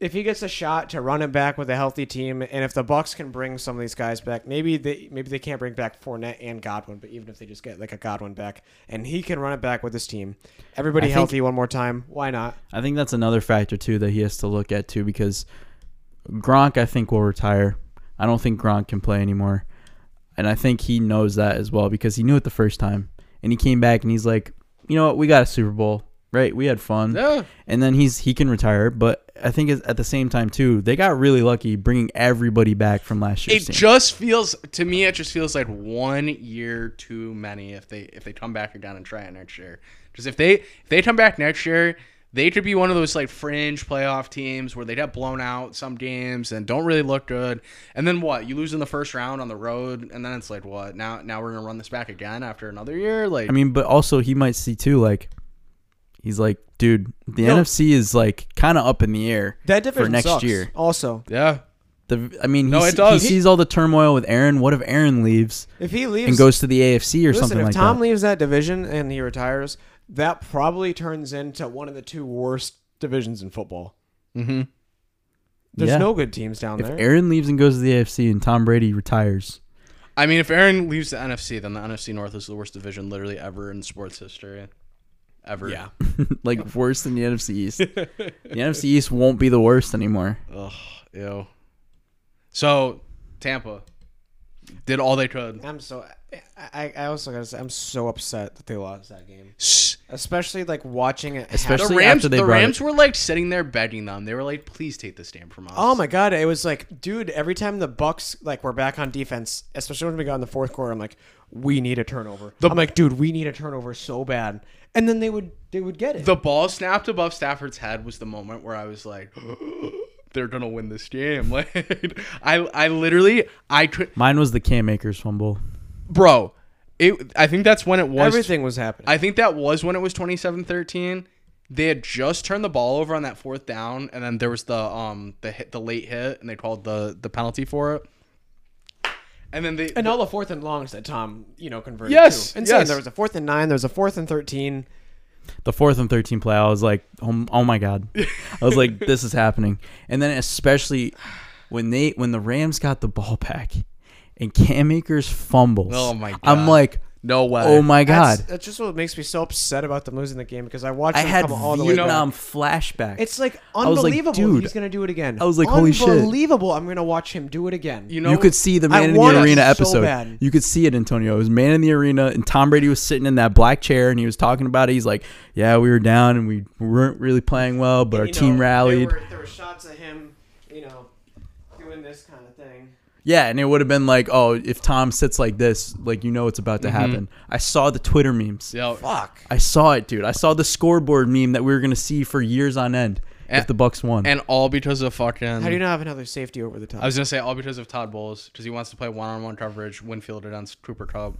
S4: If he gets a shot to run it back with a healthy team, and if the Bucks can bring some of these guys back, maybe they maybe they can't bring back Fournette and Godwin, but even if they just get like a Godwin back, and he can run it back with this team, everybody
S2: I think-
S4: healthy one more time, why not?
S2: I think that's another factor too that he has to look at too because Gronk I think will retire. I don't think Gronk can play anymore. And I think he knows that as well because he knew it the first time. And he came back and he's like, "You know what? We got a Super Bowl. Right? We had fun."
S3: Yeah.
S2: And then he's he can retire, but I think it's- at the same time too, they got really lucky bringing everybody back from last year's
S3: it
S2: team.
S3: just feels to me it just feels like one year too many if they if they come back again and try it next year because if they if they come back next year they could be one of those like fringe playoff teams where they get blown out some games and don't really look good and then what you lose in the first round on the road and then it's like what now now we're gonna run this back again after another year like
S2: I mean, but also he might see too like he's like, "Dude, the
S3: No.
S2: NFC is like kind of up in the air
S4: That division
S2: for next
S4: sucks.
S2: year."
S4: Also,
S3: yeah
S2: The I mean, he,
S3: No, it
S2: se-
S3: does.
S2: he sees all the turmoil with Aaron. What if Aaron leaves
S4: if he leaves
S2: and goes to the AFC or
S4: listen,
S2: something
S4: if
S2: like
S4: Tom
S2: that?
S4: leaves that division and he retires, that probably turns into one of the two worst divisions in football. Mm-hmm. There's
S2: Yeah.
S4: no good teams down there.
S2: if Aaron leaves and goes to the AFC and Tom Brady retires, <laughs>
S3: I mean if Aaron leaves the NFC then the NFC North is the worst division literally ever in sports history ever yeah
S2: like worse than the NFC
S3: <laughs>
S2: East, the NFC East won't be the worst anymore.
S3: Ugh, ew. So, Tampa did all they could.
S4: I'm so. I, I also gotta say, I'm so upset that they lost that game.
S3: S-
S4: Especially like watching it.
S2: Especially-
S4: happen.
S3: The
S2: Especially
S3: Rams,
S2: after they
S3: the
S2: brought
S3: Rams were like sitting there begging them. They were like, "Please take this damn from us."
S4: Oh my god! It was like, dude. Every time the Bucks like were back on defense, especially when we got in the fourth quarter, I'm like, we need a turnover. I'm like, dude, we need a turnover so bad. And then they would they would get it.
S3: The ball snapped above Stafford's head was the moment where I was like, <gasps> "They're gonna win this game." <laughs> Like, I, I literally, I could,
S2: Mine was the Cam Akers fumble.
S3: bro. It, I think that's when it was.
S4: Everything was happening.
S3: I think that was when it was 27-13. They had just turned the ball over on that fourth down, and then there was the um the hit, the late hit, and they called the the penalty for it. And then they
S4: And all the fourth and longs that Tom, you know, converted.
S3: Yes,
S4: too. insane.
S3: yes.
S4: There was a fourth and nine. There was a fourth and thirteen.
S2: The fourth and thirteen play, I was like, oh, oh my god, I was
S4: <laughs>
S2: like, this is happening. And then especially when they when the Rams got the ball back and Cam Akers fumbles,
S3: Oh my
S2: I'm
S3: God.
S2: like,
S3: No way.
S2: Oh my
S4: That's-
S2: god.
S4: that's just what makes me so upset about them losing the game because I watched.
S2: I
S4: them
S2: had
S4: come all the way back.
S2: Vietnam flashbacks.
S4: It's like
S2: was like,
S4: unbelievable.
S2: dude.
S4: He's gonna do it again.
S2: I was like, holy shit.
S4: unbelievable. I'm gonna watch him do it again.
S3: You
S2: you,
S3: know,
S2: could see the
S4: I
S2: man in
S4: want
S2: the
S4: it
S2: arena
S4: so
S2: episode.
S4: bad.
S2: You could see it, Antonio. It was man in the arena, and Tom Brady was sitting in that black chair, and he was talking about it. He's like, "Yeah, we were down, and we weren't really playing well, but our
S4: You know,
S2: team rallied."
S4: There were, there were shots of him, you know, doing this kind of thing.
S2: Yeah, and it would have been like, "Oh, if Tom sits like this, like you know it's about
S4: Mm-hmm.
S2: to happen." I saw the Twitter memes.
S3: Yo,
S4: Fuck.
S2: I saw it, dude. I saw the scoreboard meme that we were gonna see for years on end
S3: And-
S2: if the Bucks won.
S3: and all because of fucking.
S4: How do you not have another safety over the top?
S3: I was gonna say all because of Todd Bowles because he wants to play one-on-one coverage. Winfield against Cooper Cup.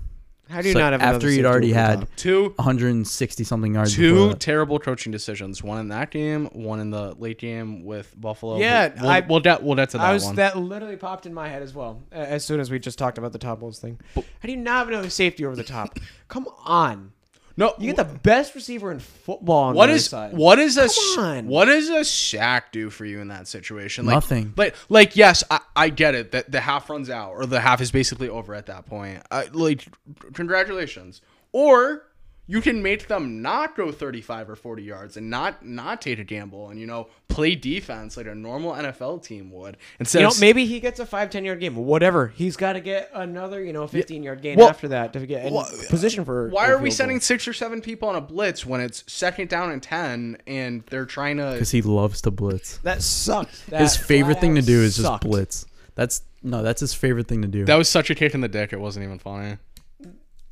S4: How do you
S2: So
S4: not have another
S2: after you'd
S4: safety
S2: already
S4: over the
S2: had
S4: top?
S3: Two,
S2: 160 something yards. before
S3: two
S2: that.
S3: terrible coaching decisions. One in that game. One in the late game with Buffalo.
S4: Yeah,
S3: we'll
S4: I-
S3: we'll, we'll, de- we'll get to that
S4: I was
S3: one.
S4: that literally popped in my head as well a- as soon as we just talked about the top Bowles thing. How do you not have another safety over the top? Come on.
S3: no,
S4: You get the best receiver in football on
S3: What
S4: the other
S3: is
S4: side.
S3: what is a
S4: Come on.
S3: what does a sack do for you in that situation? Like,
S2: Nothing.
S3: But like, yes, I, I get it that the half runs out or the half is basically over at that point. I, like, congratulations. Or you can make them not go 35 or 40 yards and not not take a gamble and you know play defense like a normal NFL team would instead
S4: You know,
S3: of
S4: maybe he gets a 5, 10 yard game, whatever. He's got to get another, you know, 15 yard gain
S3: Well,
S4: after that to get in
S3: well,
S4: position for.
S3: why are we
S4: a field goal.
S3: sending six or seven people on a blitz when it's second down and 10 and they're trying to
S2: because he loves to blitz.
S4: That sucked. That
S2: His favorite
S4: flat
S2: thing to
S4: out
S2: do is just
S4: sucked.
S2: blitz. That's no, that's his favorite thing to do.
S3: that was such a kick in the dick it wasn't even funny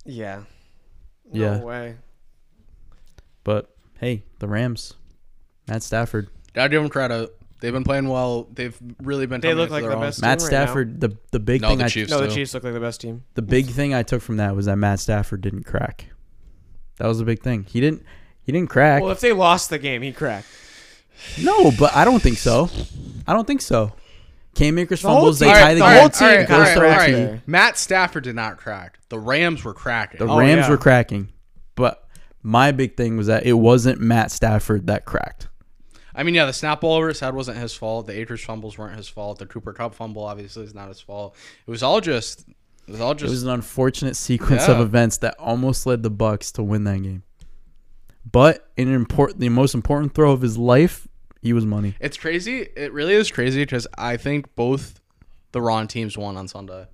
S4: Yeah. No
S2: Yeah.
S4: way.
S2: but hey, the Rams, Matt Stafford,
S3: Gotta give them credit. They've been playing well. They've really been.
S4: They
S3: coming
S4: look
S3: into
S4: like
S3: their
S4: the
S3: own.
S4: best-
S2: Matt
S4: right now.
S2: Stafford. The the big
S3: No,
S2: thing
S3: the
S2: I
S3: Chiefs.
S4: No, the
S3: So-
S4: Chiefs look like the best team.
S2: the big thing I took from that was that Matt Stafford didn't crack. That was the big thing. He didn't he didn't crack.
S4: Well, if they lost the game, he cracked.
S2: no, but I don't think so. I don't think so. Cam Akers
S4: whole
S2: fumbles. They
S4: team-
S2: tie the
S4: the
S2: game.
S4: whole team
S2: Goes
S4: kinda
S2: to
S4: cracked
S2: OT.
S4: there.
S3: Matt Stafford did not crack. The Rams were cracking.
S2: The
S4: Oh,
S2: Rams
S4: yeah.
S2: were cracking, but my big thing was that it wasn't Matt Stafford that cracked.
S3: I mean, yeah, the snap ball over his head wasn't his fault. The Akers fumbles weren't his fault. The Cooper Cup fumble obviously is not his fault. It was all just. It was all
S2: It
S3: just.
S2: was an unfortunate sequence of
S3: Yeah.
S2: events that almost led the Bucks to win that game. But in an important, the most important throw of his life, he was money.
S3: it's crazy. It really is crazy because I think both the Ron teams won on Sunday.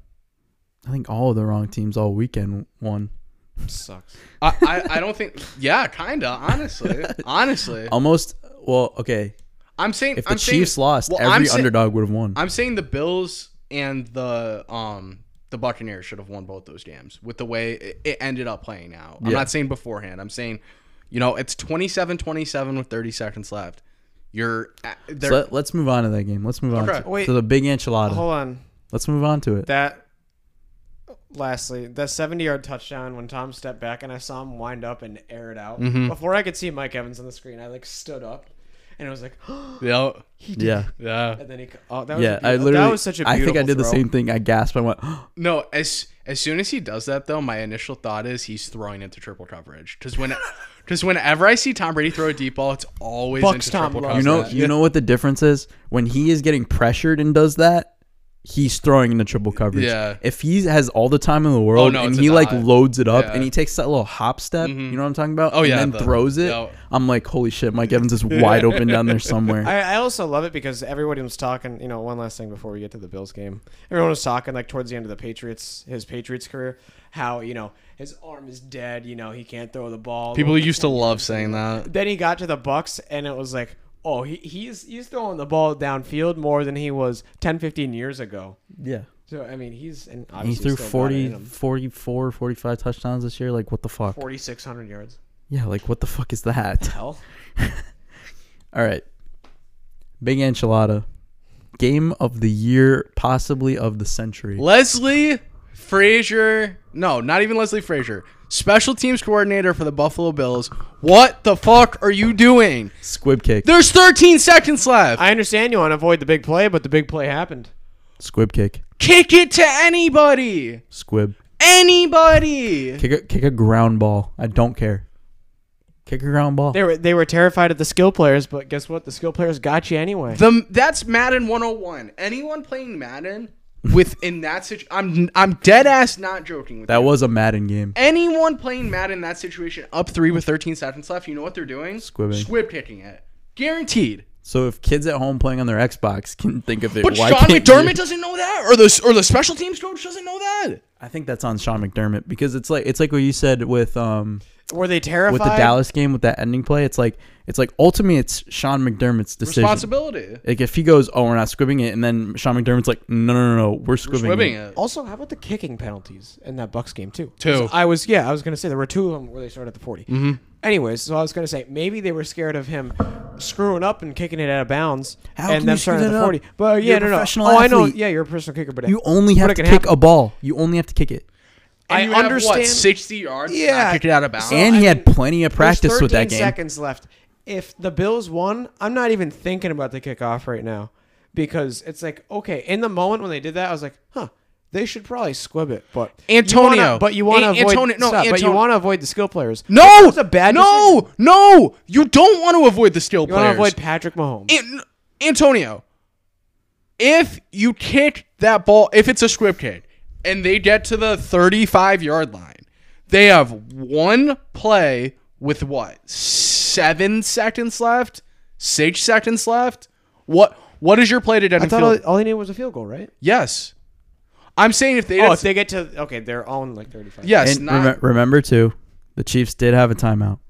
S2: I think all of the wrong teams all weekend won.
S4: Sucks.
S3: I, I, I don't think. Yeah,
S2: <laughs>
S3: kinda. Honestly, honestly,
S2: Almost. Well, okay.
S3: I'm saying
S2: Um, If the
S3: I'm saying-
S2: Chiefs lost,
S3: well,
S2: every
S3: I'm saying-
S2: underdog would have won.
S3: I'm saying the Bills and the um the Buccaneers should have won both those games with the way it, it ended up playing out. I'm
S2: Yeah.
S3: not saying beforehand. I'm saying, you know, it's 27-27 with 30 seconds left. You're at-
S2: So
S3: they're,
S2: let, us move on to that game. Let's move on
S3: Okay.
S2: to,
S4: Wait.
S2: to the big enchilada.
S4: Hold on.
S2: let's move on to it.
S4: That. Lastly, that 70 yard touchdown when Tom stepped back and I saw him wind up and air it out.
S2: Mm-hmm.
S4: Before I could see Mike Evans on the screen, I like stood up and I was like, <gasps>
S3: yeah,
S4: <laughs>
S2: yeah.
S3: yeah.
S4: and then he. Oh, that was
S2: Yeah,
S4: a
S2: I
S4: beaut-
S2: literally.
S4: That was such a
S2: I think I did the
S4: beautiful
S2: same thing. I gasped. I went, <gasps>
S3: No, as as soon as he does that though, my initial thought is he's throwing into triple coverage because
S4: <laughs>
S3: when because whenever I see Tom Brady throw a deep ball, it's always
S4: Bucks
S3: into
S4: Tom
S3: triple
S4: loves
S3: coverage.
S2: You know, you know what the difference is when he is getting pressured and does that. He's throwing into triple coverage.
S3: Yeah. Oh,
S2: If he has all the time in the world
S3: no,
S2: and
S3: it's a
S2: he like
S3: dive.
S2: loads it up
S3: Yeah.
S2: and he takes that little hop step, you know what I'm talking about?
S3: Oh,
S2: and
S3: yeah,
S2: then
S3: the-
S2: throws it.
S3: yeah.
S2: I'm like, holy shit, Mike Evans is
S3: <laughs>
S2: wide open down there somewhere.
S4: I, I also love it because everybody was talking. You know, one last thing before we get to the Bills game, everyone was talking like towards the end of the Patriots, his Patriots career, how you know his arm is dead. You know, he can't throw the ball.
S3: People used to love saying that.
S4: Then he got to the Bucks, and it was like, oh, he, he's he's throwing the ball downfield more than he was 10, 15 years ago.
S2: yeah.
S4: So I mean, he's and
S2: He
S4: obviously
S2: threw
S4: still got it
S2: 40,
S4: in him.
S2: 44, 45 touchdowns this year. Like, what the fuck?
S4: 4,600 yards.
S2: Yeah, like, what the fuck is that? <laughs>
S4: Hell,
S2: All right. Big enchilada. Game of the year, possibly of the century.
S3: Leslie Frazier. No, not even Leslie Frazier. Special teams coordinator for the Buffalo Bills. What the fuck are you doing?
S2: Squib kick.
S3: There's 13 seconds left.
S4: I understand you want to avoid the big play, but the big play happened.
S2: Squib kick.
S3: Kick it to anybody.
S2: Squib.
S3: Anybody.
S2: Kick a kick a ground ball. I don't care. Kick a ground ball.
S4: They were they were terrified of the skill players, but guess what? The skill players got you anyway.
S3: The that's Madden 101. Anyone oh playing Madden within that situation. I'm I'm dead ass not joking with
S2: That
S3: you.
S2: was a Madden game.
S3: anyone playing Madden in that situation up three with 13 seconds left, you know what they're doing?
S2: Squibbing.
S3: Squib kicking it. Guaranteed.
S2: So if kids at home playing on their Xbox can think of it,
S3: But
S2: why
S3: Sean
S2: can't
S3: McDermott
S2: you?
S3: doesn't know that, or the or the special teams coach doesn't know that.
S2: I think that's on Sean McDermott because it's like it's like what you said with um
S4: Were they terrified?
S2: with the Dallas game with that ending play. It's like it's like ultimately it's Sean McDermott's decision.
S3: Responsibility.
S2: Like if he goes, oh, we're not squibbing it, and then Sean McDermott's like, no, no, no, no we're squibbing,
S3: Squibbing
S2: it.
S3: it.
S4: Also, how about the kicking penalties in that Bucks game too?
S3: Two.
S4: 'Cause I was yeah, I was gonna say there were two of them where they started at the 40 Mm-hmm. Anyways, so I was gonna say maybe they were scared of him screwing up and kicking it out of bounds
S2: How can
S4: and
S2: you
S4: then starting
S2: screw
S4: at
S2: that
S4: the
S2: up?
S4: forty. But yeah,
S2: You're a
S4: no, no.
S2: professional
S4: oh, I know.
S2: athlete.
S4: Yeah, you're a personal kicker, but
S2: You only have
S4: it
S2: to
S4: can
S2: kick
S4: happen.
S2: a ball. You only have to kick it.
S4: I
S3: you have, what,
S4: understand.
S3: 60 yards. to not
S4: Yeah.
S3: Kick it out of bounds.
S4: So,
S2: and
S4: I
S2: he had
S4: mean,
S2: plenty of practice
S4: There's
S2: with that
S4: 13
S2: game.
S4: Seconds left. If the Bills won, I'm not even thinking about the kickoff right now because it's like okay. In the moment when they did that, I was like, huh. They should probably squib it, but you
S3: Antonio.
S4: wanna- but you want to
S3: An-
S4: avoid
S3: Antonio- no,
S4: stop, but you
S3: Antonio.
S4: want to avoid the skill players.
S3: no,
S4: it's a bad.
S3: no, no. You don't want to avoid the skill
S4: decision. you
S3: players.
S4: want to avoid Patrick Mahomes.
S3: An- Antonio, if you kick that ball, if it's a script kick, and they get to the 35 yard line, they have one play with what? Seven seconds left? Six seconds left? What What is your play to
S4: I
S3: Denton
S4: thought
S3: Field?
S4: all, all he needed was a field goal, right?
S3: yes. I'm saying if they.
S4: Oh, if they get to okay, their own like 35.
S3: yes.
S2: And
S3: not,
S2: remem- remember too, the Chiefs did have a timeout.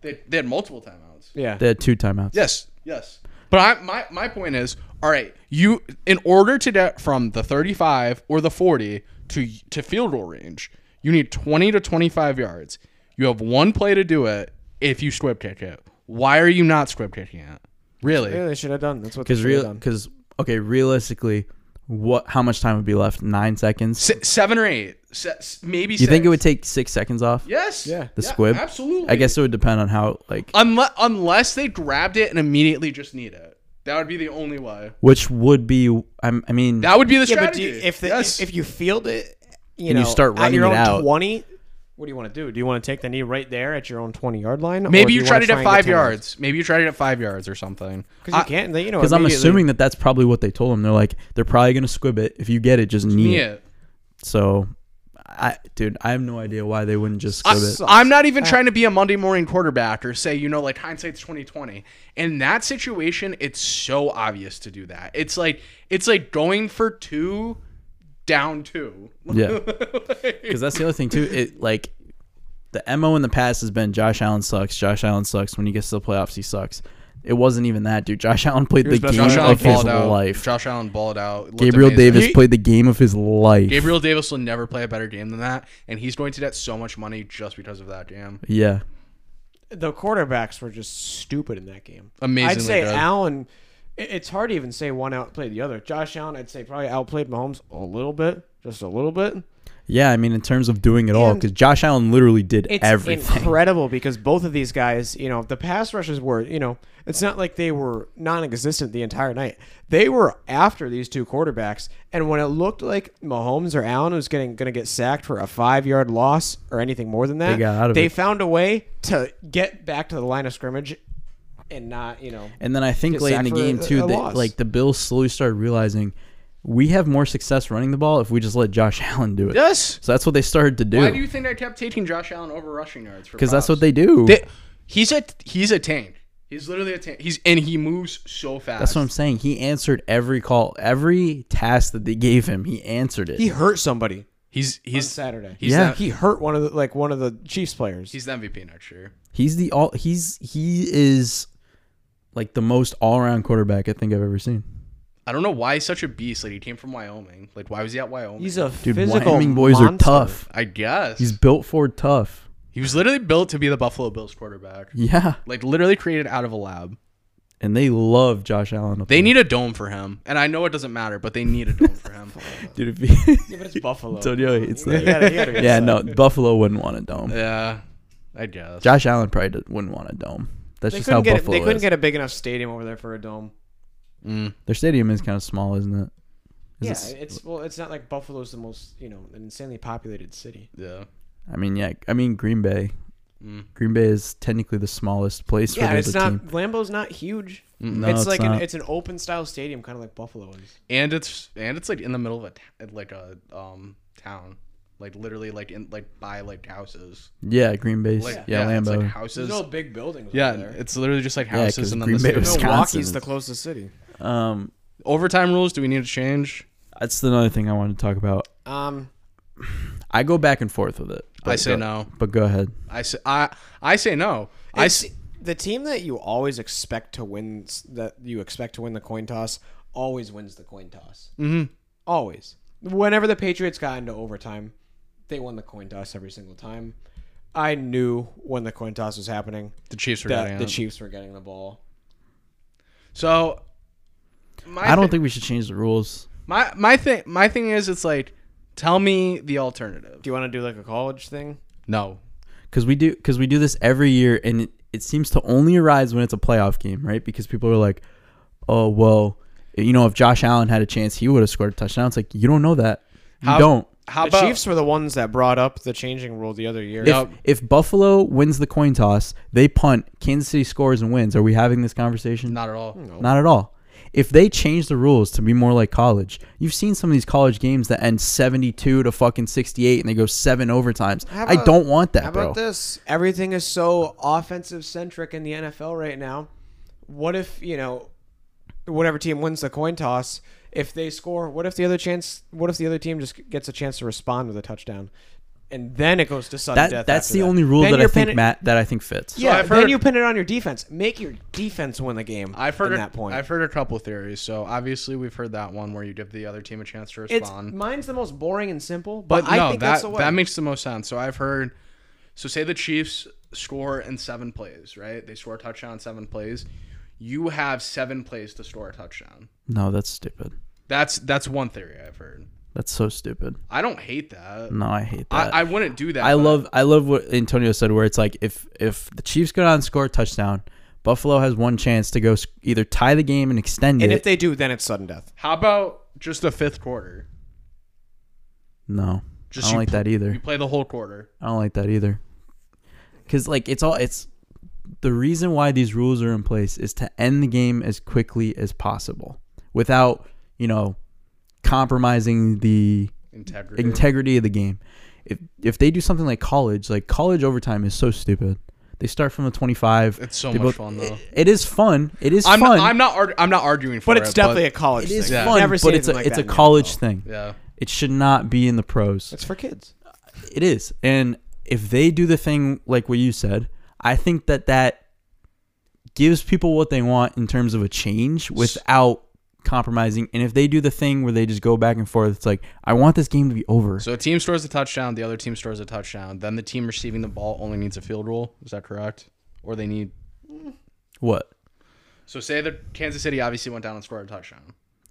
S3: they, they had multiple timeouts.
S4: yeah.
S2: They had two timeouts.
S3: Yes, yes. But I, my my point is, all right, you in order to get from the 35 or the 40 to to field goal range, you need 20 to 25 yards. You have one play to do it if you squib kick it. Why are you not squib kicking it?
S4: Yeah,
S3: Really?
S4: they should have done. That's what they
S2: Because
S4: should have
S2: real,
S4: done.
S2: because okay, realistically, what? How much time would be left? Nine seconds.
S3: Se- seven or eight, Se- s- maybe.
S2: You think it would take six seconds off?
S3: Yes.
S4: Yeah.
S2: The squib.
S3: Absolutely.
S2: I guess it would depend on how like
S3: unless unless they grabbed it and immediately just need it, that would be the only way.
S2: which would be. I'm, I mean,
S3: That would be the
S4: Yeah, but do
S3: strategy.
S4: you, if the,
S3: Yes.
S4: if you field it, you
S2: And
S4: know,
S2: you start
S4: at
S2: running
S4: your own
S2: it out.
S4: twenty, what do you want to do? Do you want to take the knee right there at your own twenty yard line? or do
S3: Maybe you
S4: wanna
S3: tried it
S4: try
S3: at
S4: and get
S3: five
S4: 10
S3: yards. Maybe you tried it at five yards or something.
S4: 'Cause
S3: I-
S4: you can't. You know,
S2: because I'm
S4: immediately-
S2: assuming that that's probably what they told him. They're like, they're probably gonna squib it. If you get it, just knee it.
S3: Yeah.
S2: So, I dude, I have no idea why they wouldn't just
S3: I,
S2: squib it.
S3: I'm not even trying to be a Monday morning quarterback or say, you know, like hindsight's 2020. In that situation, it's so obvious to do that. It's like it's like going for two down two. <laughs>
S2: Yeah, because that's the other thing too. It like the mo in the past has been Josh Allen sucks. Josh Allen sucks. When he gets to the playoffs, he sucks. It wasn't even that, dude. Josh Allen played the
S4: was best
S2: game
S3: Josh
S4: player.
S3: Allen
S2: of his
S3: balled out.
S2: life.
S3: Josh Allen balled out. Looked
S2: Gabriel
S3: amazing.
S2: Davis played the game of his life.
S3: Gabriel Davis will never play a better game than that, and he's going to get so much money just because of that game.
S2: yeah,
S4: the quarterbacks were just stupid in that game.
S3: Amazingly
S4: I'd say
S3: good.
S4: Allen. it- It's hard to even say one outplayed the other. Josh Allen, I'd say probably outplayed Mahomes a little bit, just a little bit.
S2: yeah. I mean, in terms of doing it all,
S4: And-
S2: because Josh Allen literally did
S4: It's
S2: everything.
S4: incredible because both of these guys, you know, the pass rushes were, you know, it's not like they were non-existent the entire night. They were after these two quarterbacks, and when it looked like Mahomes or Allen was getting going to get sacked for a five-yard loss or anything more than that, they,
S2: got out of it.
S4: found a way to get back to the line of scrimmage and not, you know,
S2: And then I think
S4: Get
S2: late in
S4: sacked
S2: the
S4: for a-
S2: game too,
S4: a
S2: that
S4: loss.
S2: like the Bills slowly started realizing we have more success running the ball if we just let Josh <laughs> Allen do it.
S3: Yes.
S2: So that's what they started to
S3: Why do you
S2: do
S3: think I kept taking Josh Allen over rushing yards?
S2: because that's what they do.
S3: They- he's a he's a tank. He's literally a tank. He's and he moves so fast.
S2: That's what I'm saying. He answered every call, every task that they gave him. He answered it.
S4: he hurt somebody
S3: He's
S4: on
S3: he's
S4: Saturday.
S3: He's
S2: Yeah.
S3: the,
S4: He hurt one of the like one of the Chiefs players.
S3: he's the MVP next year.
S2: He's the all. He's he is like the most all around quarterback I think I've ever seen.
S3: I don't know why he's such a beast. Like he came from Wyoming. Like why was he at Wyoming?
S4: He's a
S2: Dude,
S4: physical
S2: Wyoming boys are
S4: monster.
S2: tough.
S3: I guess
S2: He's built for tough.
S3: he was literally built to be the Buffalo Bills quarterback.
S2: Yeah,
S3: Like literally created out of a lab.
S2: and they love Josh Allen. Up
S3: They need a dome for him, and I know it doesn't matter, but they need a dome for
S2: <laughs>
S3: him.
S2: there. dude. If he, <laughs>
S4: Yeah, but it's Buffalo. <laughs>
S2: Antonio hates
S4: You
S2: that.
S4: gotta- you gotta get
S2: Yeah,
S4: some.
S2: no, Buffalo wouldn't want a dome.
S3: Yeah, I guess.
S2: Josh Allen probably did- wouldn't want a dome. That's
S4: They
S2: just how
S4: couldn't, get, a-
S2: Buffalo
S4: they couldn't
S2: is.
S4: get a big enough stadium over there for a dome.
S2: Their stadium is kind of small, isn't it? Is
S4: Yeah,
S2: it s-
S4: it's well, it's not like Buffalo's the most you know an insanely populated city.
S3: yeah.
S2: I mean, yeah. I mean, Green Bay
S3: Mm.
S2: Green Bay is technically the smallest place
S4: Yeah,
S2: for the
S4: it's
S2: other
S4: not
S2: team. Mm,
S4: Lambo's not huge.
S2: No,
S4: it's,
S2: it's
S4: like An,
S2: not.
S4: it's an open style stadium, kind of like Buffalo is.
S3: and it's and it's like in the middle of a t- like a um town, like literally like in like by like houses.
S2: Yeah, Green Bay.
S3: Like,
S2: yeah,
S3: it's
S2: Lambeau.
S3: like
S4: There's
S3: houses.
S4: no big buildings.
S3: yeah,
S4: over there.
S3: it's literally just like
S2: 'cause
S3: houses and then
S2: Green
S3: the
S2: Bay
S3: stadium.
S2: was-
S4: Milwaukee's
S2: Wisconsin
S4: the
S2: is-
S4: closest city.
S2: um,
S3: overtime rules. Do we need to change?
S2: that's another thing I wanted to talk about.
S4: Um,
S2: I go back and forth with it.
S3: I
S2: but
S3: say
S2: go-
S3: no.
S2: But go ahead.
S3: I say I I say no. I
S4: it's-
S3: s-
S4: the team that you always expect to win s- that you expect to win the coin toss always wins the coin toss. Mm-hmm. Always. Whenever the Patriots got into overtime, they won the coin toss every single time. I knew when the coin toss was happening
S3: the Chiefs are
S4: that
S3: getting
S4: the
S3: it.
S4: Chiefs were getting the ball.
S3: So my
S2: I don't
S3: thi-
S2: think we should change the rules.
S3: my my thing my thing is it's like tell me the alternative.
S4: Do you want to do like a college thing?
S3: No.
S2: because we do because we do this every year and it, it seems to only arise when it's a playoff game right because people are like oh well you know if josh allen had a chance he would have scored a touchdown it's like you don't know that you
S3: How-
S2: don't
S3: How
S4: the
S3: about
S4: Chiefs were the ones that brought up the changing rule the other year.
S2: if, if buffalo wins the coin toss they punt kansas city scores and wins are we having this conversation
S3: not at all.
S2: not at all if they change the rules to be more like college you've seen some of these college games that end 72 to fucking 68 and they go seven overtimes
S4: How
S2: i
S4: about-
S2: don't want that
S4: How
S2: bro
S4: about this? Everything is so offensive centric in the NFL right now. What if, you know, whatever team wins the coin toss, if they score, what if the other chance what if the other team just gets a chance to respond with a touchdown? And then it goes to sudden
S2: that,
S4: death.
S2: that's
S4: after
S2: the
S4: that.
S2: only rule
S4: Then
S2: that I
S4: you're
S2: think
S4: pinning-
S2: Matt that I think fits.
S4: Yeah,
S3: I've
S4: then
S3: heard-
S4: you pin it on your defense. Make your defense win the game.
S3: I've heard
S4: at
S3: a-
S4: that point.
S3: I've heard a couple theories. So obviously we've heard that one where you give the other team a chance to
S4: it's
S3: respond.
S4: mine's the most boring and simple, but,
S3: but
S4: I
S3: no,
S4: think
S3: that
S4: that's the way.
S3: that makes the most sense. So I've heard. So say the Chiefs score in seven plays, right? They score a touchdown in seven plays. You have seven plays to score a touchdown.
S2: No, that's stupid.
S3: That's that's one theory I've heard.
S2: That's so stupid.
S3: I don't hate that.
S2: No, I hate that.
S3: I, I wouldn't do that.
S2: I
S3: but
S2: love I love what Antonio said where it's like if if the Chiefs go down and score a touchdown, Buffalo has one chance to go s- either tie the game and extend
S4: and
S2: it.
S4: if they do, then it's sudden death.
S3: How about just the fifth quarter?
S2: no.
S3: Just
S2: I
S3: you
S2: don't like
S3: pl-
S2: that
S3: You
S2: either.
S3: play the whole quarter.
S2: I don't like that either. Cuz like it's all it's the reason why these rules are in place is to end the game as quickly as possible without, you know, compromising the
S3: Integrity.
S2: integrity of the game. If if they do something like college, like college overtime is so stupid. They start from the twenty five.
S3: It's so
S2: they
S3: much fun, though.
S2: it- it is fun. It is
S3: I'm
S2: fun.
S3: not, I'm not arg- I'm not arguing for
S4: But
S3: it.
S4: it's definitely a college
S2: it is
S4: thing.
S3: Yeah.
S2: fun,
S4: Never seen
S2: but it's a
S4: anything like
S2: it's
S4: that
S2: a
S4: in the
S2: college
S4: NFL.
S2: thing.
S3: yeah.
S2: It should not be in the pros.
S4: It's for kids.
S2: It is, and if they do the thing like what you said, I think that that gives people what they want in terms of a change without compromising. And if they do the thing where they just go back and forth, it's like I want this game to be over.
S3: So a team scores a touchdown, the other team scores a touchdown. Then the team receiving the ball only needs a field goal. Is that correct? Or they need
S2: what?
S3: So say that Kansas City obviously went down and scored a touchdown,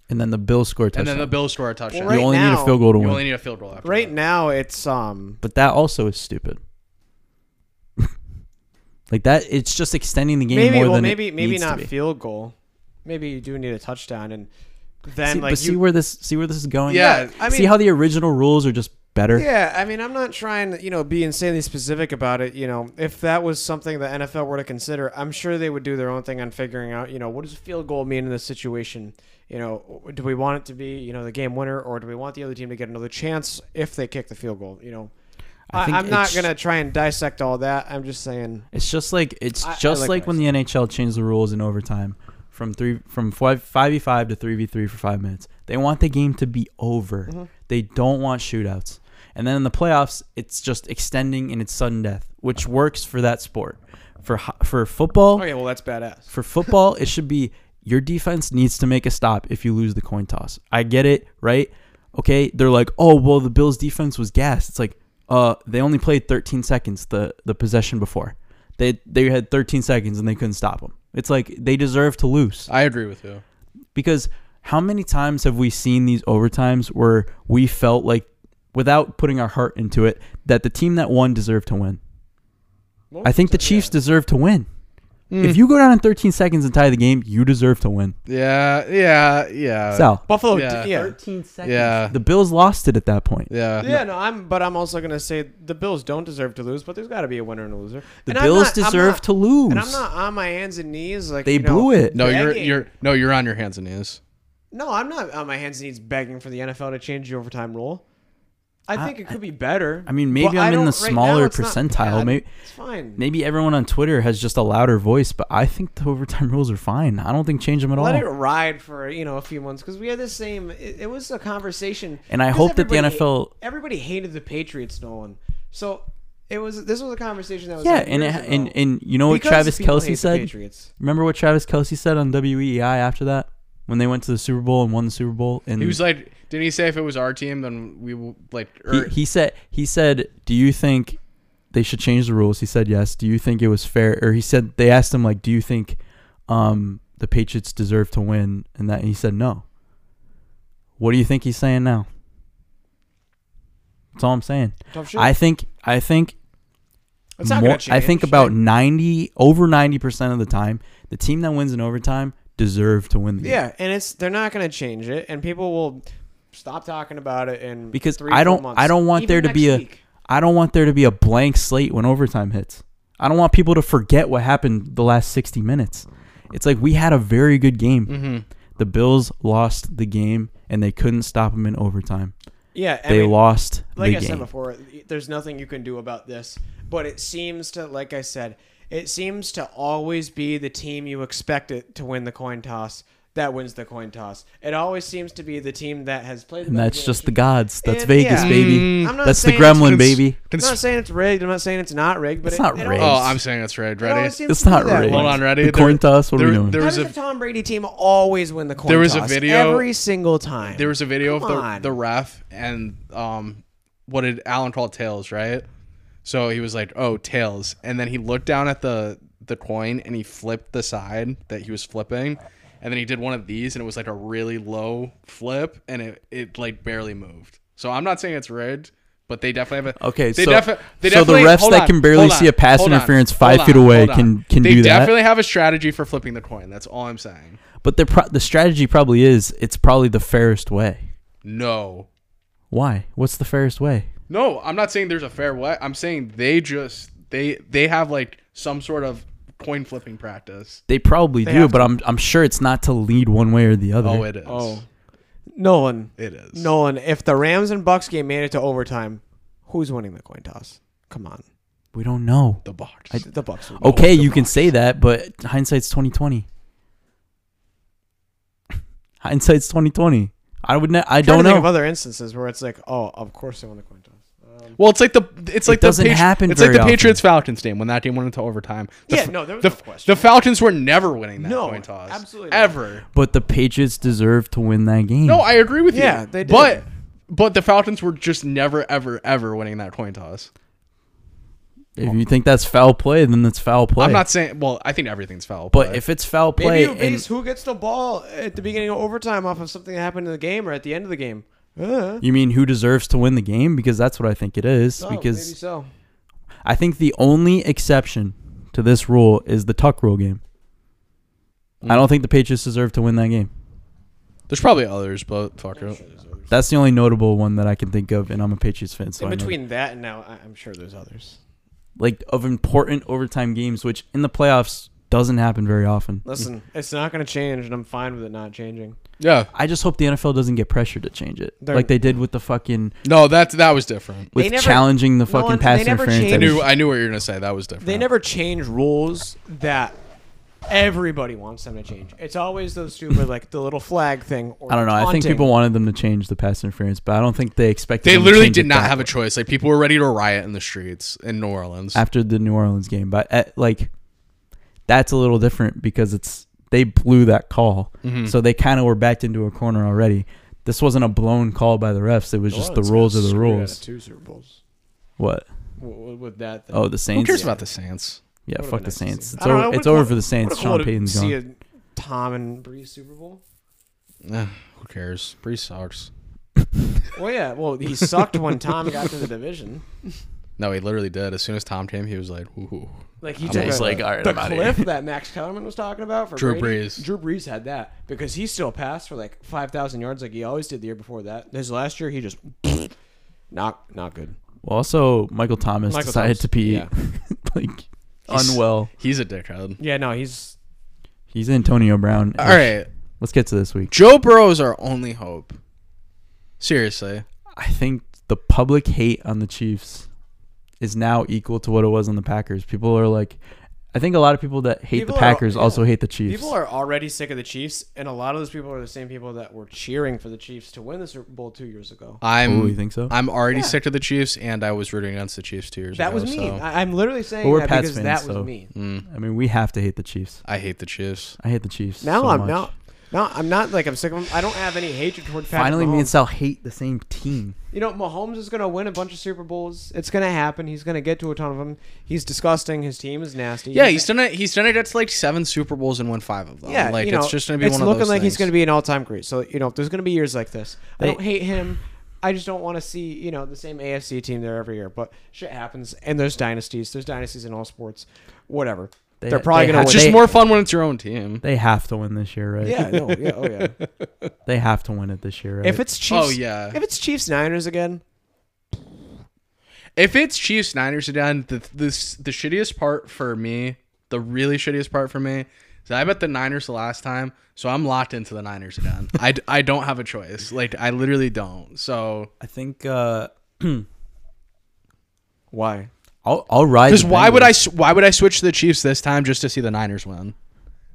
S2: And then the Bills score a touchdown.
S3: and then the Bills score a touchdown.
S4: Well, right
S2: you only need
S4: now-
S2: a field goal to
S3: you
S2: win.
S3: only need a field goal after
S4: Right
S3: that.
S4: now, it's um.
S2: but that also is stupid. <laughs> like that, it's just extending the game
S4: Maybe
S2: more
S4: well,
S2: than
S4: maybe
S2: it
S4: maybe
S2: needs to
S4: not
S2: be.
S4: field goal. Maybe you do need a touchdown, and then
S2: See,
S4: like
S2: but see
S4: you-
S2: where this see where this is going.
S3: Yeah,
S4: I
S2: see
S4: mean-
S2: how the original rules are just better.
S4: yeah. I mean, I'm not trying to you know be insanely specific about it. You know, if that was something the NFL were to consider, I'm sure they would do their own thing on figuring out you know what does a field goal mean in this situation. You know, do we want it to be you know the game winner, or do we want the other team to get another chance if they kick the field goal? You know,
S2: I
S4: I
S2: think
S4: I'm not
S2: it's-
S4: gonna try and dissect all that. I'm just saying.
S2: It's just like it's
S4: I- I
S2: just
S4: like
S2: like, when the NHL changed the rules in overtime from three from five five v five to three v three for five minutes. They want the game to be over.
S4: Mm-hmm.
S2: They don't want shootouts. And then in the playoffs, it's just extending and it's sudden death, which works for that sport. For ho- for football,
S4: Oh yeah, well that's badass.
S2: for football, it should be your defense needs to make a stop if you lose the coin toss. I get it, right? Okay, they're like, oh well, the Bills' defense was gassed. It's like, uh, they only played 13 seconds the the possession before. They they had 13 seconds and they couldn't stop them. It's like they deserve to lose
S3: I agree with you.
S2: because how many times have we seen these overtimes where we felt like without putting our heart into it that the team that won deserved to win? I think the Chiefs deserve to win. If you go down in 13 seconds and tie the game, you deserve to win.
S3: Yeah, yeah, yeah.
S2: Sal,
S4: Buffalo,
S3: Yeah.
S4: d- yeah.
S2: 13 seconds.
S3: Uh, Yeah.
S2: The Bills lost it at that point.
S3: Yeah.
S4: Yeah, no, I'm. But I'm also gonna say the Bills don't deserve to lose, but there's got to be a winner and a loser.
S2: The
S4: And I'm
S2: Bills
S4: not- I'm
S2: deserve
S4: not-
S2: to lose.
S4: And I'm not on my hands and knees like
S2: they
S4: you know-
S2: blew it.
S3: No, you're
S4: Begging.
S3: you're no, you're on your hands and knees.
S4: No, I'm not on my hands and knees begging for the NFL to change the overtime rule. I, think it could be better.
S2: I mean, maybe
S4: but I
S2: I'm in the
S4: don't- right now
S2: smaller
S4: it's not
S2: percentile.
S4: bad.
S2: Maybe,
S4: it's fine.
S2: maybe everyone on Twitter has just a louder voice, but I think the overtime <laughs> rules are fine. I don't think change them at
S4: Let it
S2: all.
S4: ride for you know a few months because we had the same. It, it was a conversation,
S2: And I
S4: 'cause
S2: hope that the
S4: everybody-
S2: NFL
S4: everybody hated the Patriots, Nolan. So it was this was a conversation that was
S2: Yeah,
S4: like
S2: and, it,
S4: years
S2: and
S4: ago.
S2: and you know what
S4: Because
S2: Travis
S4: people hate
S2: Kelsey
S4: the
S2: said?
S4: Patriots.
S2: Remember what Travis Kelsey said on WEI after that when they went to the Super Bowl and won the Super Bowl? And
S3: He was like, didn't he say if it was our team, then we will like.
S2: Hmm.
S3: er,
S2: he,
S3: Or,
S2: he said he said, "Do you think they should change the rules?" He said, "Yes." Do you think it was fair? Or he said they asked him like, "Do you think um, the Patriots deserve to win?" And that he said, "No." What do you think he's saying now? That's all I'm saying.
S4: Tough shit.
S2: I think I think
S4: It's not
S2: more-
S4: gonna
S2: I think
S4: change.
S2: about ninety over ninety percent of the time, the team that wins in overtime deserve to win the game.
S4: Yeah, and it's they're not going to change it, and people will stop talking about it in
S2: Because
S4: three,
S2: I
S4: four
S2: don't
S4: months.
S2: I don't want
S4: Even
S2: there to
S4: next
S2: be a
S4: week.
S2: I don't want there to be a blank slate when overtime hits. I don't want people to forget what happened the last sixty minutes. It's like we had a very good game.
S4: Mm-hmm.
S2: The Bills lost the game and they couldn't stop them in overtime.
S4: yeah. I
S2: They
S4: mean,
S2: lost
S4: like
S2: the
S4: I said
S2: game.
S4: before, there's nothing you can do about this. But it seems to, like I said, it seems to always be the team you expect it to win the coin toss that wins the coin toss. It always seems to be the team that has played.
S2: And
S4: better
S2: that's
S4: game.
S2: just the gods. That's
S4: And,
S2: Vegas,
S4: yeah. Mm.
S2: baby.
S4: I'm not
S2: That's the
S4: saying it's
S2: gremlin,
S3: cons-
S4: <laughs>
S2: baby.
S4: I'm
S3: cons-
S4: not saying it's rigged. I'm not saying it's not rigged, but
S2: It's
S4: it,
S2: not
S4: it
S2: rigged.
S4: Always,
S3: oh, I'm saying that's right.
S4: it
S3: Ready?
S4: always seems
S2: It's
S4: to be
S2: not
S4: that
S2: rigged.
S4: way.
S3: Hold on, ready?
S2: The coin toss, what are we
S3: there-
S2: doing?
S3: There
S4: How
S3: was
S4: does
S3: a
S4: the Tom Brady team always win the coin
S3: There was a
S4: toss?
S3: video-
S4: every single time.
S3: there was a video
S4: Come on.
S3: of the, the ref and um, what did Alan call tails, right? So he was like, "Oh, tails," and then he looked down at the the coin and he flipped the side that he was flipping, and then he did one of these and it was like a really low flip and it it like barely moved. So I'm not saying it's rigged, but they definitely have a
S2: Okay,
S3: They
S2: so-
S3: defi- they
S2: so the
S3: definitely-
S2: refs
S3: hold
S2: that
S3: on,
S2: can barely
S3: hold on,
S2: see a pass
S3: hold
S2: interference
S3: on,
S2: five
S3: hold
S2: feet
S3: on,
S2: away
S3: hold on.
S2: can- can
S3: they
S2: do that.
S3: definitely have a strategy for flipping the coin. That's all I'm saying.
S2: But the pro- the strategy probably is it's probably the fairest way.
S3: No,
S2: Why? What's the fairest way?
S3: No, I'm not saying there's a fair way. I'm saying they just they they have like some sort of coin flipping practice.
S2: They probably do,
S4: have
S2: but I'm I'm sure it's not to lead one way or the other.
S3: Oh, it is.
S4: Oh. Nolan.
S3: it is.
S4: Nolan, if the Rams and Bucks game made it to overtime, who's winning the coin toss? Come on,
S2: we don't know.
S3: the box.
S4: the Bucks. would.
S2: Okay, you can say that, but hindsight's twenty twenty. <laughs> hindsight's twenty twenty. I would. Ne- I
S4: I'm trying
S2: don't
S4: to Think of
S2: know.
S4: other instances where it's like, oh, of course they won the coin toss. Um,
S3: well, it's like the it's like
S2: doesn't
S3: the Patri-
S2: happen
S3: It's like
S2: very
S3: the
S2: often.
S3: Patriots Falcons game when that game went into overtime. The
S4: Yeah,
S3: F-
S4: no, there was
S3: the,
S4: no
S3: F-
S4: question.
S3: The Falcons were never winning that
S4: No,
S3: coin toss.
S4: absolutely not.
S3: ever.
S2: But the Patriots deserve to win that game.
S3: No, I agree with you.
S4: Yeah, they did.
S3: But but the Falcons were just never ever ever winning that coin toss.
S2: if you think that's foul play, then that's foul play.
S3: I'm not saying. Well, I think everything's foul.
S2: But if it's foul
S4: maybe
S2: play,
S4: you base
S2: and
S4: who gets the ball at the beginning of overtime off of something that happened in the game or at the end of the game. Uh,
S2: you mean who deserves to win the game? Because that's what I think it is.
S4: oh,
S2: because
S4: maybe so.
S2: I think the only exception to this rule is the tuck rule game. I don't think the Patriots deserve to win that game.
S3: there's probably others, but fuck it.
S2: That's the only notable one that I can think of, and I'm a Patriots fan. So
S4: in
S2: I know that.
S4: between that and now, I- I'm sure there's others.
S2: like of important overtime games, which in the playoffs doesn't happen very often.
S4: Listen, it's not going to change, and I'm fine with it not changing.
S3: Yeah.
S2: I just hope the NFL doesn't get pressured to change it,
S4: They're-
S2: like they did with the fucking
S3: No, that that was different.
S2: with
S4: They never-
S2: challenging the
S4: No
S2: fucking
S4: one-
S2: pass
S4: they never
S2: interference.
S3: I
S4: changed-
S2: that
S3: knew
S2: was-
S3: I knew what you were gonna say. That was different.
S4: They never change rules that everybody wants them to change. It's always those stupid, like the little flag thing. Or
S2: I don't know. I think
S4: taunting.
S2: people wanted them to change the pass interference, but I don't think they expected.
S3: They
S2: them to
S3: literally
S2: change
S3: did
S2: it
S3: not
S2: that
S3: have a
S2: way
S3: choice. Like people were ready to riot in the streets in New Orleans.
S2: after the New Orleans game, but at, like that's a little different because it's they blew that call,
S4: Mm-hmm.
S2: so they kind of were backed into a corner already. This wasn't a blown call by the refs; it was just
S4: Oh,
S2: the rules of the rules.
S4: Two Super Bowls
S2: What?
S4: with, that.
S2: Oh, the Saints.
S3: Who cares about the Saints?
S2: Yeah,
S4: Would've
S2: fuck
S4: been
S2: the
S4: nice to
S2: Saints.
S4: see.
S2: It's
S4: I don't know,
S2: over,
S4: it
S2: it's
S4: would've
S2: over
S4: been-
S2: for the Saints. Sean Payton's
S4: see
S2: gone.
S4: a Tom and Bree Super Bowl.
S3: Eh, who cares? Bree sucks.
S4: Well, yeah. Well, he sucked when Tom got to the division.
S3: No, he literally did. As soon as Tom came, he was like, "Ooh,
S4: Like he
S3: I'm
S4: took
S3: just
S4: a-
S3: like,
S2: "All right,
S4: the
S2: I'm outta
S4: cliff that Max Kellerman was talking about for
S3: Drew
S4: Brady,
S3: Brees."
S4: Drew Brees had that because he still passed for like five thousand yards, like he always did the year before that. His last year, he just <sniffs> not not good.
S2: Well, also Michael Thomas
S4: Michael
S2: decided
S4: Thomas,
S2: to be
S4: yeah.
S2: like <laughs>
S3: He's-
S2: unwell.
S3: he's a dickhead."
S4: Yeah, no, he's
S2: He's Antonio Brown.
S3: All right,
S2: let's get to this week.
S3: Joe Burrow's our only hope. Seriously,
S2: I think the public hate on the Chiefs is now equal to what it was on the Packers. People are like, I think a lot of people that hate
S4: People
S2: the
S4: are-
S2: Packers also
S4: yeah.
S2: hate the Chiefs.
S4: people are already sick of the Chiefs, and a lot of those people are the same people that were cheering for the Chiefs to win the Super Bowl two years ago.
S3: I'm.
S4: Mm.
S2: Ooh, Oh, you think so?
S3: I'm already sick of the Chiefs, and I was rooting against the Chiefs two years
S4: That
S3: ago.
S4: was me.
S3: so-
S4: I, I'm literally saying
S2: But we're
S4: that
S2: Pats
S4: because
S2: fans,
S4: that was
S2: so-
S4: me.
S3: Mm.
S2: I mean, we have to hate the Chiefs.
S3: I hate the Chiefs.
S2: I hate the Chiefs.
S4: Now
S2: so
S4: I'm
S2: much.
S4: not. No, I'm not like I'm sick of him. I don't have any hatred toward Patrick
S2: Finally, me
S4: Mahomes.
S2: and Sal hate the same team.
S4: You know, Mahomes is going to win a bunch of Super Bowls. It's going to happen. He's going to get to a ton of them. He's disgusting. His team is nasty.
S3: Yeah, he's done it. He's done it. That's like seven Super Bowls and won five of them.
S4: yeah.
S3: like
S4: you know,
S3: it's just gonna be
S4: Oh, it's
S3: one of
S4: looking
S3: those
S4: like
S3: things.
S4: he's going to be an all-time great. So you know, there's going to be years like this. I
S2: They-
S4: don't hate him. I just don't want to see you know the same AFC team there every year. But shit happens, and there's dynasties. There's dynasties in all sports. Whatever.
S2: They-
S4: They, are probably
S2: they
S4: going
S2: have-
S4: to
S3: It's
S4: win.
S3: just
S2: They-
S3: more fun when it's your own team.
S2: They have to win this year, right?
S4: <laughs> yeah. No. Yeah. Oh yeah.
S2: They have to win it this year, right?
S4: <laughs> If it's Chiefs.
S3: Oh yeah.
S4: If it's Chiefs Niners again,
S3: If it's Chiefs Niners again, the this the shittiest part for me, the really shittiest part for me, is I bet the Niners the last time, so I'm locked into the Niners
S2: <laughs>
S3: again. I, d- I don't have a choice. Like I literally don't. So
S2: I think uh,
S4: why?
S2: I'll I'll ride.
S3: because
S2: the
S3: why would I
S2: Bengals.
S3: s- why would I switch to the Chiefs this time just to see the Niners win?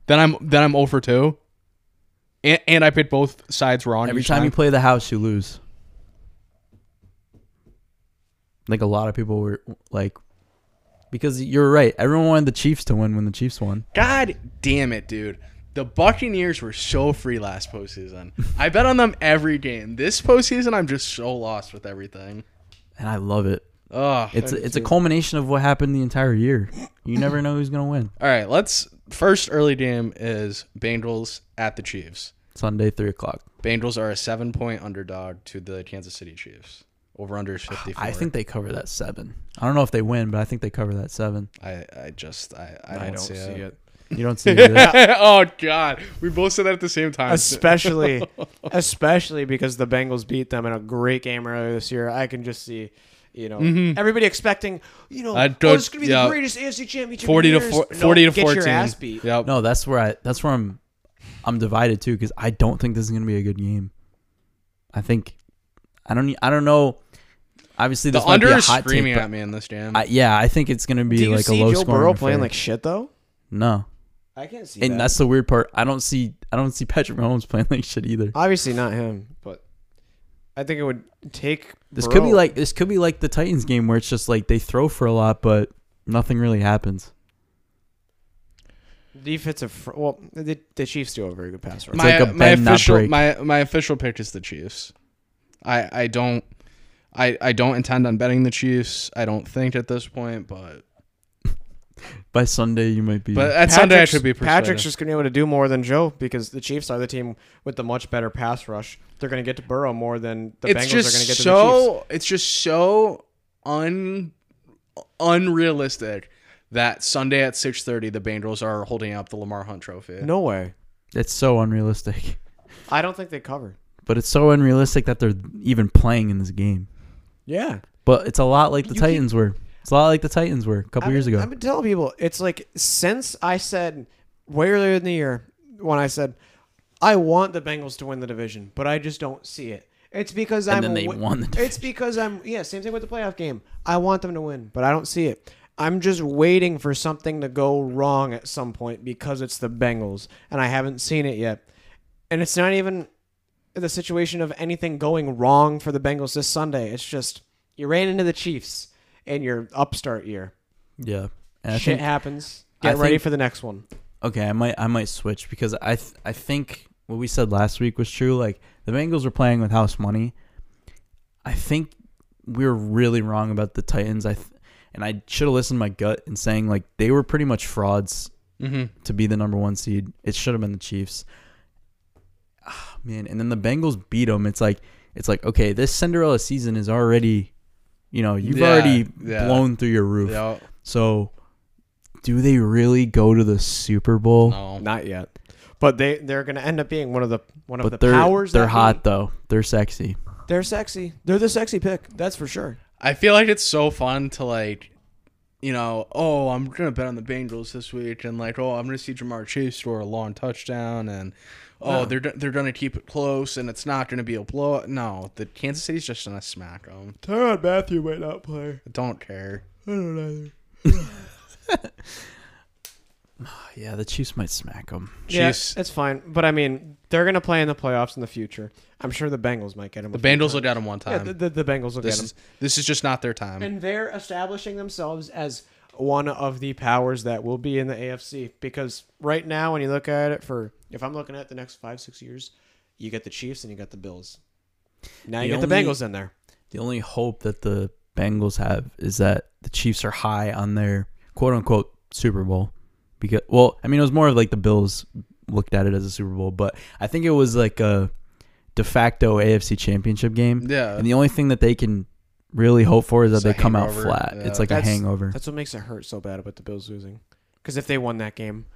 S3: Then I'm then I'm over two. And, and I picked both sides wrong
S2: Every
S3: each
S2: time you play the house, you lose. Like a lot of people were like, because you're right. Everyone wanted the Chiefs to win when the Chiefs won.
S3: God damn it, dude. The Buccaneers were so free last postseason. I bet on them every game. This postseason, I'm just so lost with everything.
S2: and I love it.
S3: Ugh.
S2: It's a, it's a culmination of what happened the entire year. You never know who's gonna win.
S3: All right, let's. First early game is Bengals at the Chiefs.
S2: Sunday, three o'clock.
S3: Bengals are a seven point underdog to the Kansas City Chiefs. Over under is
S2: <sighs>
S3: 54.
S2: I think they cover that seven. I don't know if they win, but I think they cover that seven.
S3: I, I just. I, I, don't, see, it.
S2: You don't see it. either.
S3: <laughs> oh, God. We both said that at the same time.
S4: <laughs> especially especially because the Bengals beat them in a great game earlier this year. I can just see, you know, everybody expecting, you know,
S3: Mm-hmm. I
S4: oh,
S3: don't-
S4: this is gonna be
S3: yeah.
S4: the greatest AFC championship. in
S3: 40 to,
S4: years."
S3: four,
S4: No,
S3: 40 to
S4: get
S3: 14.
S4: Your ass beat.
S3: Yep.
S2: No, that's where I. That's where I'm. I'm divided too because I don't think this is gonna be a good game. I think. I don't. e, I don't know. Obviously,
S3: the
S2: this might
S3: under
S2: be a
S3: is
S2: hot
S3: screaming
S2: take, but
S3: at me in this jam.
S2: I, yeah, I think it's gonna be
S4: Do you
S2: like
S4: see
S2: a low
S4: Joe
S2: scoring
S4: Burrow playing
S2: affair.
S4: like shit though?
S2: no,
S4: I can't see
S2: and
S4: that.
S2: that's the weird part. I don't see. I don't see <laughs> Patrick Mahomes playing like shit either.
S4: Obviously not him, but I think it would take
S2: This
S4: Burrow.
S2: could be like this could be like the Titans game where it's just like they throw for a lot, but nothing really happens.
S4: defensive. Fr- well, the, the Chiefs do have a very good pass rush.
S2: My- like a
S3: my
S2: bend, not
S3: official
S2: break.
S3: my my official pick is the Chiefs. I I don't I I don't intend on betting the Chiefs. I don't think at this point, but
S2: By Sunday, you might be.
S3: but uh, at Sunday I
S4: Patrick's-
S3: should be persuaded.
S4: Patrick's just gonna be able to do more than Joe because the Chiefs are the team with the much better pass rush. They're gonna get to Burrow more than the
S3: it's
S4: Bengals
S3: just
S4: are gonna get to the Chiefs.
S3: so it's just so un unrealistic that Sunday at six thirty the Bengals are holding up the Lamar Hunt Trophy.
S4: No way.
S2: it's so unrealistic.
S4: I don't think they cover.
S2: But it's so unrealistic that they're even playing in this game.
S4: Yeah.
S2: But it's a lot like the
S4: You keep-
S2: Titans were. It's a lot like the Titans were a couple years ago.
S4: I've been telling people it's like since I said way earlier in the year when I said I want the Bengals to win the division, but I just don't see it. It's because I'm
S2: then they
S4: awa-
S2: won the
S4: It's because I'm yeah, same thing with the playoff game. I want them to win, but I don't see it. I'm just waiting for something to go wrong at some point because it's the Bengals and I haven't seen it yet. And it's not even the situation of anything going wrong for the Bengals this Sunday. It's just you ran into the Chiefs in your upstart year.
S2: yeah. And I
S4: Shit
S2: think
S4: happens.
S2: I
S4: Get ready
S2: think-
S4: for the next one.
S2: okay, I might I might switch because I th- I think what we said last week was true. Like the Bengals were playing with house money. I think we were really wrong about the Titans. I th- and I should have listened to my gut and saying like they were pretty much frauds
S3: Mm-hmm.
S2: to be the number one seed. It should have been the Chiefs. Ah, man, and then the Bengals beat them. It's like it's like okay, this Cinderella season is already You know, you've
S3: Yeah,
S2: already
S3: yeah.
S2: blown through your roof.
S3: Yeah.
S2: So, do they really go to the Super Bowl?
S3: No.
S4: Not yet. But they they're gonna end up being one of the one of
S2: But
S4: the
S2: they're
S4: powers.
S2: they're
S4: that
S2: hot
S4: be.
S2: though. They're sexy.
S4: They're sexy. They're the sexy pick. That's for sure.
S3: I feel like it's so fun to like, you know, oh, I'm gonna bet on the Bengals this week, and like, oh, I'm gonna see Jamar Chase score a long touchdown, and oh, they're they're gonna keep it close, and it's not gonna be a blowout. No, the Kansas City's just gonna smack them.
S4: Tyron Matthew might not play.
S3: Don't care.
S4: I don't either.
S2: Yeah, the Chiefs might smack them.
S3: Chiefs.
S4: Yeah, it's fine. But I mean, they're gonna play in the playoffs in the future. I'm sure the Bengals might get him.
S3: The Bengals will get them one
S4: Yeah,
S3: time.
S4: the, the, the Bengals will
S3: this
S4: get him.
S3: is this is just not their time.
S4: and they're establishing themselves as one of the powers that will be in the AFC because right now when you look at it for if I'm looking at the next 5 6 years you get the Chiefs and you got the Bills. Now you
S2: The
S4: get the
S2: only-
S4: Bengals in there.
S2: The only hope that the Bengals have is that the Chiefs are high on their quote unquote Super Bowl. Because well, I mean it was more of like the Bills looked at it as a Super Bowl, but I think it was like a de facto AFC championship game.
S3: yeah,
S2: And the only thing that they can really hope for is that
S3: It's
S2: they
S3: a
S2: come out
S3: hangover.
S2: flat.
S3: Yeah.
S2: It's like a
S4: That's-
S2: hangover.
S4: That's what makes it hurt so bad about the Bills losing cuz if they won that game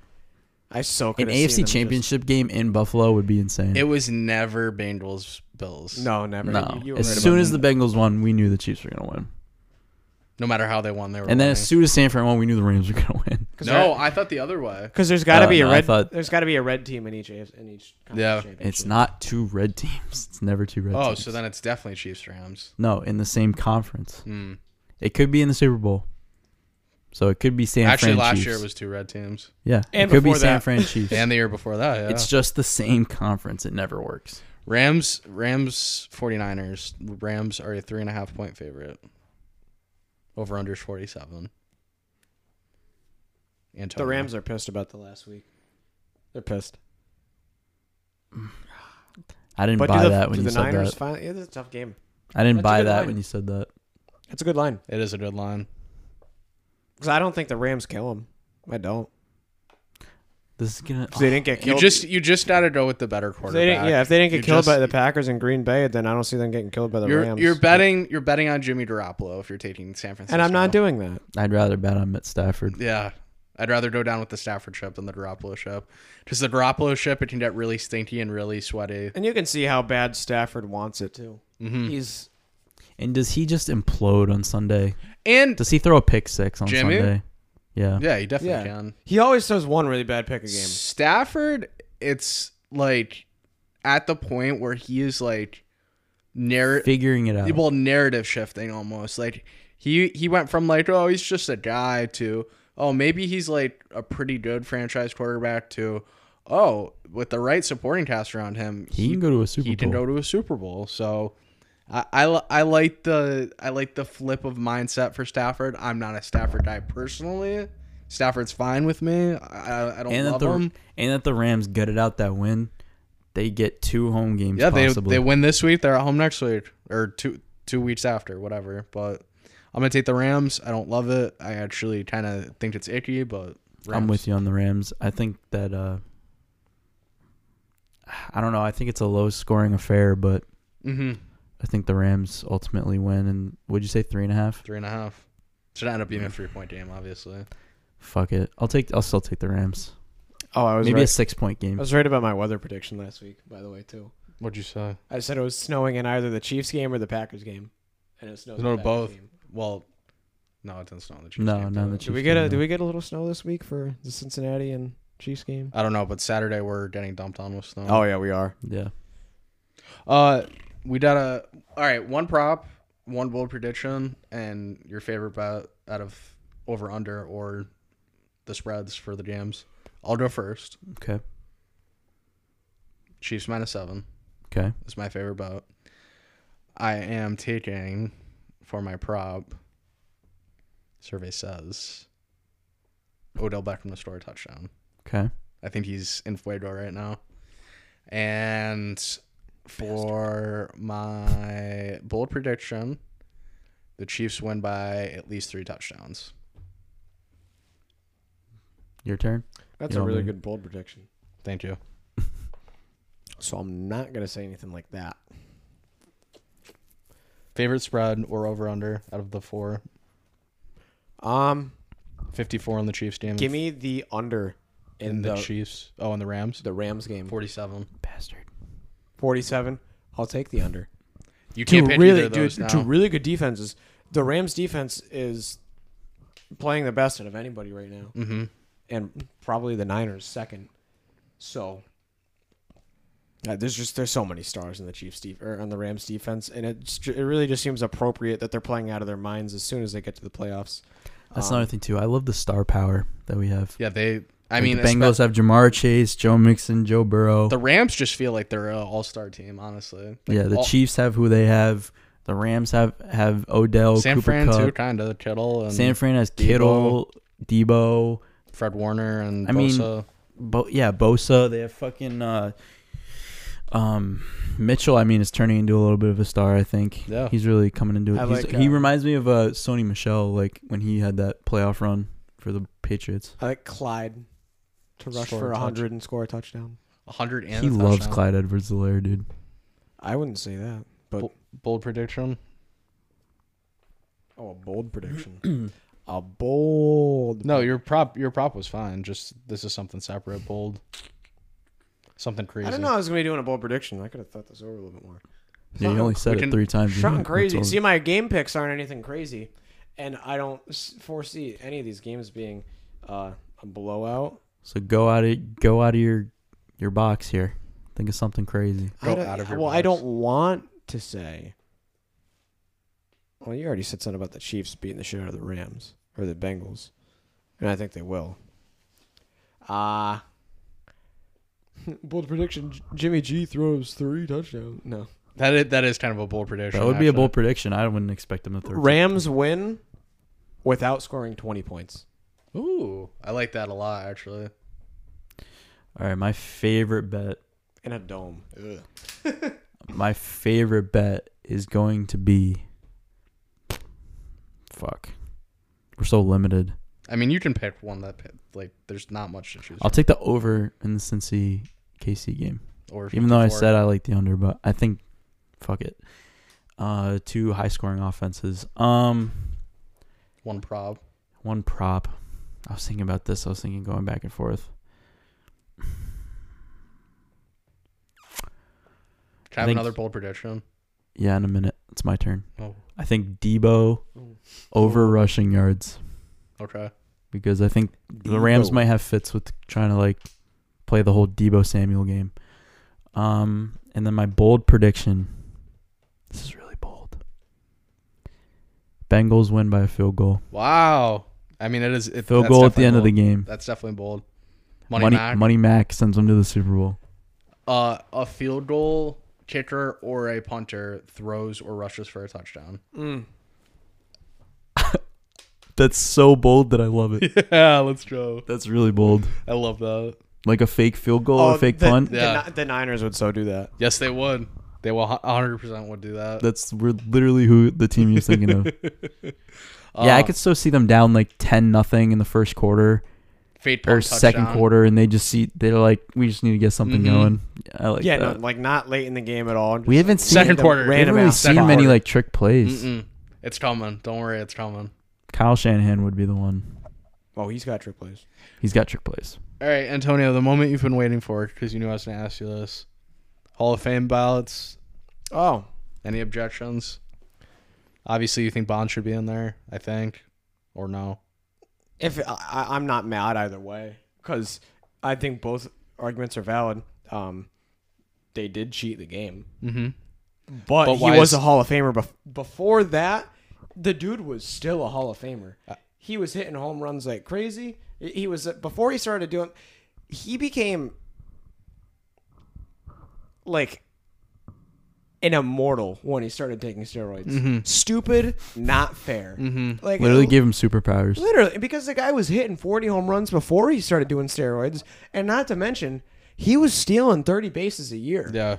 S4: I so
S2: An
S4: could have seen them
S2: AFC
S4: just-
S2: championship game in Buffalo would be insane.
S3: it was never Bengals Bills.
S4: No, never.
S2: no.
S4: You- you were
S2: as
S4: right
S2: soon
S4: about
S2: as
S4: that.
S2: the Bengals won, we knew the Chiefs were gonna win.
S3: no matter how they won, they were.
S2: And then as
S3: winning.
S2: soon as Sanford won, we knew the Rams were gonna
S3: <laughs>
S2: win.
S4: 'Cause
S3: no,
S4: there-
S3: I thought the other way.
S4: Cuz there's got to
S2: Uh,
S4: be a
S2: no, I
S4: red
S2: thought-
S4: there's got to be a red team in each AFC in each conference
S3: Yeah.
S4: championship.
S2: It's not two red teams. It's never two red
S3: Oh,
S2: teams.
S3: so then it's definitely Chiefs Rams.
S2: No, in the same conference.
S3: Hmm.
S2: It could be in the Super Bowl. So it could be San
S3: Actually,
S2: Fran
S3: last
S2: Chiefs.
S3: year it was two red teams,
S2: yeah.
S4: And
S2: it could be
S4: before
S2: San
S4: that.
S2: Fran Chiefs.
S3: and uh, the year before that, yeah.
S2: It's just the same conference. It never works.
S3: Rams, Rams, 49ers. Rams are a three and a half point favorite. Over under 47. Antonio.
S4: The Rams are pissed about the last week. They're pissed.
S2: I didn't
S4: But do
S2: buy
S4: the,
S2: that when
S4: do
S2: you
S4: the
S2: said
S4: Niners
S2: that.
S4: finally? Yeah, this is a tough game.
S2: I didn't
S4: That's a
S2: buy
S4: good
S2: that
S4: line.
S2: when you said that.
S4: That's a good line
S3: It is a good line.
S4: because I don't think the Rams kill him. I don't.
S2: This is gonna.
S4: 'Cause they didn't get
S3: You
S4: killed.
S3: just you just gotta go with the better
S4: If
S3: quarterback.
S4: they didn't, yeah. If they didn't get
S3: You
S4: killed by
S3: just-
S4: the Packers in Green Bay, then I don't see them getting killed by the
S3: you're,
S4: Rams.
S3: You're betting you're betting on Jimmy Garoppolo if you're taking San Francisco.
S4: and I'm not doing that.
S2: I'd rather bet on Mitt Stafford.
S3: Yeah. I'd rather go down with the Stafford ship than the Garoppolo ship. Because the Garoppolo ship it can get really stinky and really sweaty.
S4: And you can see how bad Stafford wants it too.
S3: Mm-hmm.
S4: He's
S2: And does he just implode on Sunday?
S3: And
S2: Does he throw a pick six on
S3: Jimmy?
S2: Sunday? Yeah.
S3: yeah, you definitely
S4: yeah.
S3: can.
S4: He always throws one really bad pick a game.
S3: Stafford, it's like at the point where he is like narrative,
S2: Figuring it out.
S3: well, narrative shifting almost. Like he he went from like oh he's just a guy to oh maybe he's like a pretty good franchise quarterback to oh with the right supporting cast around him
S2: he can go to a Super
S3: he can
S2: Bowl.
S3: go to a Super Bowl. So. I, I, li- I like the I like the flip of mindset for Stafford. I'm not a Stafford guy personally. Stafford's fine with me. I, I- I don't
S2: and that
S3: love
S2: the
S3: him.
S2: and that the Rams gutted out that win, they get two home games.
S3: Yeah, they,
S2: possibly.
S3: they win this week. They're at home next week or two two weeks after, whatever. But I'm gonna take the Rams. I don't love it. I actually kind of think it's icky, but
S2: I'm with you on the Rams. I think that uh I don't know. I think it's a low scoring affair, but
S3: hmm
S2: I think the Rams ultimately win. And would you say three and a half?
S3: Three and a half should end up being a three point game, obviously.
S2: Fuck it. I'll take. I'll still take the Rams.
S4: Oh, I was
S2: Maybe a
S4: right.
S2: six point
S4: I
S2: game.
S4: was right about my weather prediction last week, by the way, too.
S3: What'd you say?
S4: I said it was snowing in either the Chiefs game or the Packers game, and it snowed. in
S3: No,
S4: the Packers
S3: both.
S4: game.
S3: Well, no, it doesn't snow on the Chiefs.
S2: No,
S3: game,
S2: no,
S3: did
S2: the
S3: it?
S2: Chiefs
S4: Do we get a
S2: game,
S4: do
S2: no.
S4: we get a little snow this week for the Cincinnati and Chiefs game?
S3: I don't know, but Saturday we're getting dumped on with
S2: Oh,
S3: snow.
S4: Oh, yeah, we are.
S2: Yeah.
S3: Uh, we got a all right. One prop, one bold prediction, and your favorite bet out of over under or the spreads for the games. I'll go first.
S2: Okay.
S3: Chiefs minus seven
S2: Okay.
S3: is my favorite bet. I am taking for my prop. Survey says Odell Beckham to score a touchdown.
S2: Okay.
S3: I think he's in Fuego right now. And for my bold prediction, the Chiefs win by at least three touchdowns.
S2: Your turn.
S4: That's
S2: You
S4: a
S2: know,
S4: really
S2: man.
S4: good bold prediction.
S3: Thank you.
S4: So I'm not gonna say anything like that.
S3: Favorite spread or over under out of the four.
S4: Um,
S3: 54 on the Chiefs game.
S4: give me the under in
S3: and the,
S4: the
S3: Chiefs. Oh, and the Rams.
S4: the Rams game.
S3: 47.
S2: Bastard.
S4: 47. I'll take the under.
S5: You
S4: Two
S5: can't pick either
S4: really
S5: of those
S4: dude,
S5: now.
S4: two really good defenses. The Rams defense is playing the best out of anybody right now.
S5: Mm-hmm.
S3: Mhm.
S4: And probably the Niners second. So uh, there's just there's so many stars in the Chiefs def- or on the Rams defense and it's ju- it really just seems appropriate that they're playing out of their minds as soon as they get to the playoffs.
S2: That's
S4: Um,
S2: another thing too. I love the star power that we have.
S3: Yeah, they.
S5: I
S2: Like,
S5: mean,
S2: the Bengals
S5: espe-
S2: have Jamar Chase, Joe Mixon, Joe Burrow.
S3: The Rams just feel like they're an all star team, honestly. Like,
S2: yeah, the
S3: all-
S2: Chiefs have who they have. The Rams have have Odell,
S3: San
S2: Cooper
S3: Fran, too, Um,
S2: Cup.
S3: kind of. Kittle and
S2: San Fran has Kittle, Debo.
S3: Fred Warner and
S2: I mean,
S3: Bosa.
S2: Bo- yeah, Bosa. They have fucking uh, um, Mitchell. I mean, is turning into a little bit of a star. I think.
S3: Yeah.
S2: he's really coming into it.
S4: I
S2: He's-
S4: like,
S2: he
S4: uh,
S2: reminds me of uh, Sony Michelle, like when he had that playoff run for the Patriots.
S4: I like Clyde to rush
S3: Score
S4: for
S3: a
S4: a
S3: touch.
S4: 100 and score a touchdown.
S3: 100 and
S2: He
S3: a
S2: loves
S3: touchdown.
S2: Clyde Edwards-Helaire, dude.
S4: I wouldn't say that, but
S3: Bo- Bold prediction.
S4: oh, a bold prediction. <clears throat> a bold
S3: No, your prop your prop was fine. Just this is something separate, bold. Something crazy.
S4: I didn't know I was gonna be doing a bold prediction. I could have thought this over a little bit more.
S2: Yeah, he only said
S5: we
S2: it
S5: can-
S2: three times.
S4: Shot
S2: Yeah,
S4: and
S2: that's
S4: crazy.
S2: all.
S4: See, my game picks aren't anything crazy, and I don't s- foresee any of these games being uh, a blowout.
S2: So go out of go out of your your box here. Think of something crazy.
S4: I
S3: Go
S4: don't-
S3: out of your
S4: well, I
S3: box.
S4: don't want to say. Well, you already said something about the Chiefs beating the shit out of the Rams or the Bengals, and I think they will. Uh <laughs> bold prediction: J- Jimmy G throws three touchdowns. No,
S3: That is, that is kind of a bold prediction.
S2: That would be a
S3: actually.
S2: bold prediction. I wouldn't expect him to throw.
S4: Rams win without scoring twenty points.
S3: Ooh, I like that a lot actually.
S2: All right, my favorite bet.
S4: In a dome.
S2: My favorite bet is going to be. Fuck, we're so limited.
S3: I mean, you can pick one that pi- like there's not much to choose.
S2: I'll take the over in the Cincy KC game,
S3: from. Or
S2: even though I
S3: 54.
S2: said I like the under, but I think, fuck it. Uh, two high scoring offenses. Um,
S3: one prop.
S2: one prop. I was thinking about this. I was thinking going back and forth.
S3: Can I
S2: I
S3: have
S2: think-
S3: another bold prediction?
S2: Yeah, in a minute, it's my turn.
S3: Oh,
S2: I think Debo over rushing yards
S3: okay.
S2: because I think the Rams might have fits with trying to like play the whole Debo Samuel game. Um, and then my bold prediction. This is really bold. Bengals win by a field goal.
S3: Wow. I mean, it is it,
S2: Field
S3: that's
S2: goal at the
S3: definitely
S2: end of the
S3: bold.
S2: game.
S3: That's definitely bold. Money,
S2: Money,
S3: Mac.
S2: Money Mac sends them to the Super Bowl.
S3: Uh, a field goal kicker or a punter throws or rushes for a touchdown.
S2: That's so bold that I love
S3: <laughs>
S2: it.
S3: Yeah, let's go.
S2: That's really bold.
S3: I love that.
S2: Like a fake field goal,
S3: Oh,
S2: a fake
S4: Oh, the,
S2: punt.
S4: The,
S3: Yeah.
S4: Ni- the Niners would so do that.
S3: Yes, they would. They will. hu- 100% would do that.
S2: That's we're literally who the team you're thinking
S3: <laughs>
S2: of. yeah, I
S3: Uh,
S2: could still see them down like ten nothing in the first quarter
S3: Fate
S2: or
S3: punt
S2: second
S3: touchdown.
S2: quarter, and they just see they're like, we just need to get something
S3: Mhm.
S2: going. I like
S4: Mm-hmm. yeah,
S2: that.
S4: no, like not late in the game at all.
S2: we haven't seen
S3: Second
S2: we
S3: quarter.
S2: haven't
S4: Random
S2: really
S4: out.
S2: seen
S3: Second
S2: many
S3: quarter.
S2: like trick plays.
S3: Mm-mm. It's coming. Don't worry, it's coming.
S2: Kyle Shanahan would be the one.
S4: Oh, he's got trick plays.
S2: He's got trick plays.
S3: All right, Antonio, the moment you've been waiting for because you knew I was going to ask you this. Hall of Fame ballots,
S4: Oh,
S3: any objections? Obviously, you think Bond should be in there, I think, or no.
S4: if I, I- I'm not mad either way, because I think both arguments are valid. Um, they did cheat the game,
S3: Mm-hmm.
S4: but,
S3: But
S4: he
S3: why
S4: was
S3: is-
S4: a Hall of Famer bef- before that. The dude was still a Hall of Famer. He was hitting home runs like crazy. He was uh, before he started doing. He became like an immortal when he started taking steroids. Stupid, not fair. Like
S2: Literally gave him superpowers.
S4: Literally, because the guy was hitting 40 home runs before he started doing steroids, and not to mention, he was stealing 30 bases a year
S3: Yeah.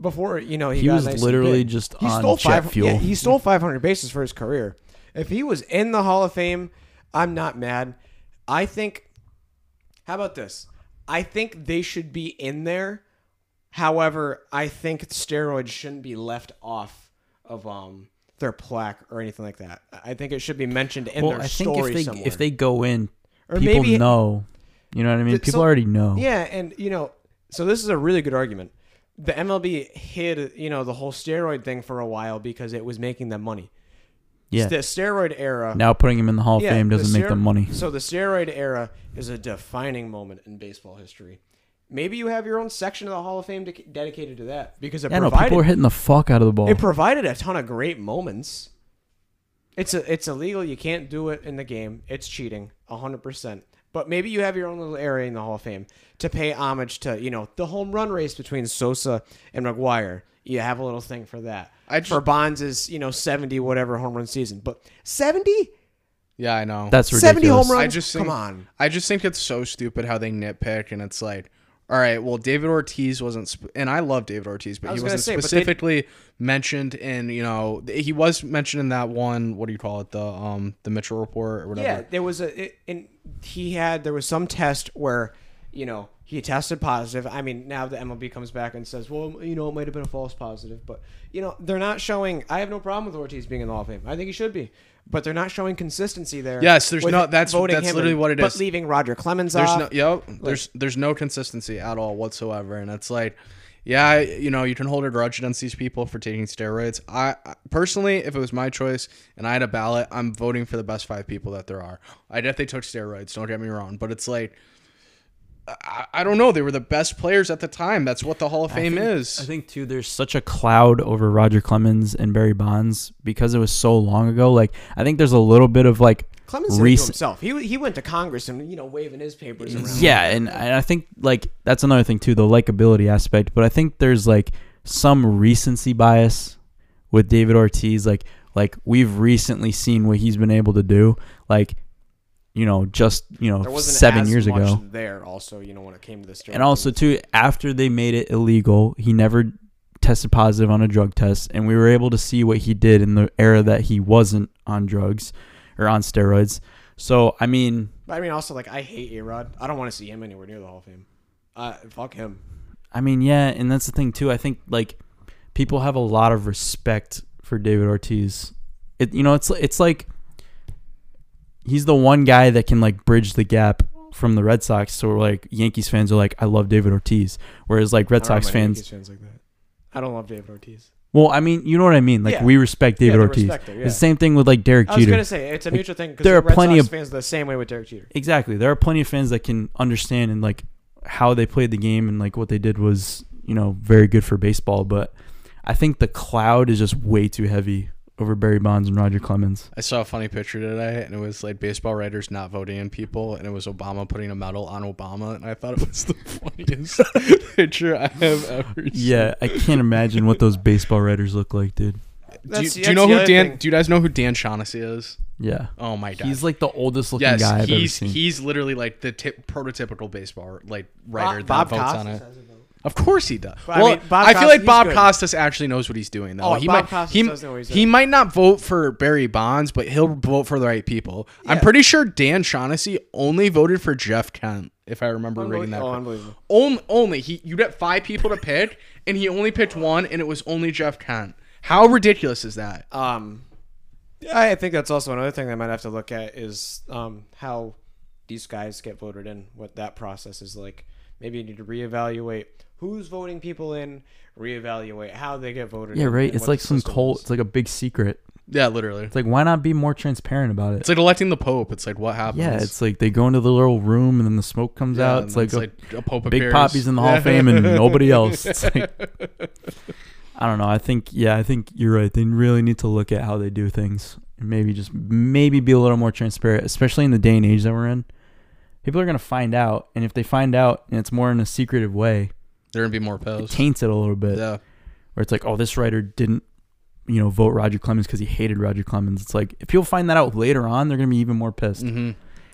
S4: before you know he,
S2: He
S4: got
S2: was
S4: nice and
S2: literally
S4: big.
S2: just on jet
S4: five,
S2: fuel.
S4: Yeah, he stole 500 bases for his career. If he was in the Hall of Fame, I'm not mad. I think. How about this? I think they should be in there. However, I think steroids shouldn't be left off of um their plaque or anything like that. I think it should be mentioned in
S2: Well,
S4: their
S2: I think
S4: story
S2: if they
S4: somewhere.
S2: if they go in,
S4: Or
S2: people
S4: maybe-
S2: know. You know what I mean?
S4: Th-
S2: People
S4: so-
S2: already know.
S4: Yeah, and you know, so this is a really good argument. The MLB hid, you know, the whole steroid thing for a while because it was making them money.
S2: Yeah.
S4: The steroid era.
S2: Now putting him in the Hall of
S4: yeah,
S2: Fame
S4: the
S2: doesn't make
S4: stero-
S2: them money.
S4: So the steroid era is a defining moment in baseball history. Maybe you have your own section of the Hall of Fame de- dedicated to that because it
S2: Yeah, no,
S4: provided
S2: people are hitting the fuck out of the ball.
S3: Oh.
S4: it provided a ton of great moments. It's a, it's illegal. You can't do it in the game. It's cheating, hundred percent. But maybe you have your own little area in the Hall of Fame to pay homage to, you know, the home run race between Sosa and McGuire. You have a little thing for that.
S3: I just-
S4: for Bonds is you know seventy whatever home run season, but 70?
S3: Yeah, I know.
S2: That's ridiculous.
S4: 70 home runs.
S3: I just think,
S4: come on.
S3: I just think it's so stupid how they nitpick, and it's like, all right, well, David Ortiz wasn't, sp- and I love David Ortiz, but
S4: was
S3: he
S4: gonna
S3: wasn't
S4: say, but they-
S3: specifically mentioned in, you know, th- he was mentioned in that one. What do you call it? The um, the Mitchell report or whatever.
S4: Yeah, there was a it, and he had there was some test where you know he tested positive. I mean, now the MLB comes back and says, well, you know, it might have been a false positive, but you know they're not showing. I have no problem with Ortiz being in the Hall of Fame. I think he should be, but they're not showing consistency there.
S3: Yes, there's
S4: with
S3: no- that's-
S4: voting
S3: that's
S4: him
S3: literally
S4: and-
S3: what it
S4: but
S3: is.
S4: leaving Roger Clemens
S3: There's
S4: off.
S3: no, yep. there's there's no consistency at all whatsoever, and it's like, yeah, you know, you can hold a grudge against these people for taking steroids. I I- personally, if it was my choice and I had a ballot, I'm voting for the best five people that there are. I definitely took steroids. Don't get me wrong, but it's like. I, I don't know. They were the best players at the time. That's what the Hall of Fame
S2: I
S3: is.
S2: think too, there's such a cloud over Roger Clemens and Barry Bonds because it was so long ago. Like I think there's a little bit of like
S4: Clemens said it to
S2: recent.
S4: himself. He he went to Congress and you know waving his papers around.
S2: Yeah, and, and I think like that's another thing too, the likability aspect. But I think there's like some recency bias with David Ortiz. Like like we've recently seen what he's been able to do. Like you know, just you know,
S4: There wasn't
S2: seven
S4: as
S2: years
S4: much
S2: ago.
S4: There also, you know, when it came to this,
S2: And also too, after they made it illegal, he never tested positive on a drug test, and we were able to see what he did in the era that he wasn't on drugs or on steroids. So I mean,
S4: But I mean, also like I hate A Rod. I don't want to see him anywhere near the Hall of Fame. Uh, fuck him.
S2: I mean, yeah, and that's the thing too. I think like people have a lot of respect for David Ortiz. It you know, it's it's like he's the one guy that can like bridge the gap from the Red Sox. So like Yankees fans are like, I love David Ortiz, whereas like Red
S4: I don't
S2: Sox
S4: have any
S2: fans,
S4: Yankees fans like that. I don't love David Ortiz.
S2: well, I mean, you know what I mean. Like
S4: Yeah.
S2: we respect David
S4: they
S2: Ortiz.
S4: respect it, yeah.
S2: It's the same thing with like Derek
S4: I was
S2: Jeter.
S4: gonna say it's a
S2: Like,
S4: mutual thing because
S2: there are
S4: Red
S2: plenty
S4: Sox
S2: of-
S4: fans the same way with Derek Jeter.
S2: Exactly. There are plenty of fans that can understand and like how they played the game and like what they did was, you know, very good for baseball, but I think the cloud is just way too heavy over Barry Bonds and Roger Clemens.
S3: I saw a funny picture today, and it was like baseball writers not voting in people, and it was Obama putting a medal on Obama, and I thought it was the <laughs> funniest picture I have ever seen.
S2: Yeah, I can't imagine what those baseball writers look like, dude.
S3: Do you,
S4: That's-
S3: do
S4: that's
S3: you know
S4: the
S3: who
S4: other
S3: Dan?
S4: thing.
S3: Do you guys know who Dan Shaughnessy is?
S2: Yeah.
S3: Oh my god,
S2: He's like the oldest looking
S3: yes,
S2: guy I've ever
S3: he's
S2: seen.
S3: he's literally like the tip, prototypical baseball like writer
S4: Bob,
S3: that
S4: Bob
S3: votes
S4: Costas
S3: on it.
S4: has a vote.
S3: Of course he does.
S4: But I
S3: well, I,
S4: mean, Bob
S3: feel
S4: Costas-
S3: like Bob
S4: he's good.
S3: Costas actually knows what he's doing though.
S4: Oh,
S3: he
S4: Bob
S3: might
S4: Costas
S3: he,
S4: does know what he's
S3: he
S4: doing.
S3: might not vote for Barry Bonds, but he'll vote for the right people. I'm
S4: Yeah.
S3: pretty sure Dan Shaughnessy only voted for Jeff Kent, if I remember reading that.
S4: Unbelievable. Oh,
S3: correctly.
S4: unbelievable.
S3: Only, only he. You got five people to pick, and he only picked one, and it was only Jeff Kent. How ridiculous is that?
S4: Um, I I think that's also another thing they might have to look at is um, how these guys get voted in, what that process is like. Maybe you need to reevaluate who's voting people in, reevaluate how they get voted.
S2: yeah,
S4: in,
S2: right.
S4: and
S2: It's
S4: what
S2: like
S4: the
S2: some
S4: system
S2: cold
S4: is.
S2: it's like a big secret.
S3: Yeah, literally.
S2: It's like why not be more transparent about
S3: It's
S2: it?
S3: like electing the Pope. It's like what happens.
S2: Yeah, it's like they go into the little room and then the smoke comes
S3: Yeah,
S2: out.
S3: and
S2: It's
S3: then
S2: like, a-
S3: a Pope
S2: Big
S3: appears.
S2: Poppy's in the Hall of Fame and
S3: <laughs>
S2: nobody else. It's like, I don't know. I think yeah, I think you're right. They really need to look at how they do things and maybe just maybe be a little more transparent, especially in the day and age that we're in. People are gonna find out, and if they find out and it's more in a secretive way,
S3: There would be more
S2: it
S3: pills.
S2: taints it a little bit.
S3: Yeah.
S2: Where it's like, oh, this writer didn't, you know, vote Roger Clemens because he hated Roger Clemens. It's like if people find that out later on, they're gonna be even more pissed.
S3: hmm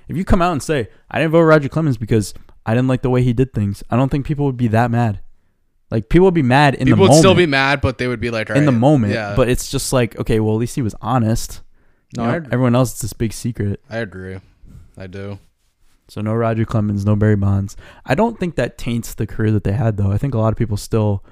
S2: If you come out and say, I didn't vote Roger Clemens because I didn't like the way he did things, I don't think people would be that mad. Like people would be mad in
S3: People
S2: the
S3: would
S2: moment.
S3: still be mad, but they would be like,
S2: in the
S3: "Alright,
S2: moment.
S3: Yeah,
S2: But it's just like, okay, well at least he was honest. You
S3: No,
S2: know,
S3: I agree.
S2: everyone else it's this big secret.
S3: I agree. I do.
S2: So no Roger Clemens, no Barry Bonds. I don't think that taints the career that they had though. I think a lot of people still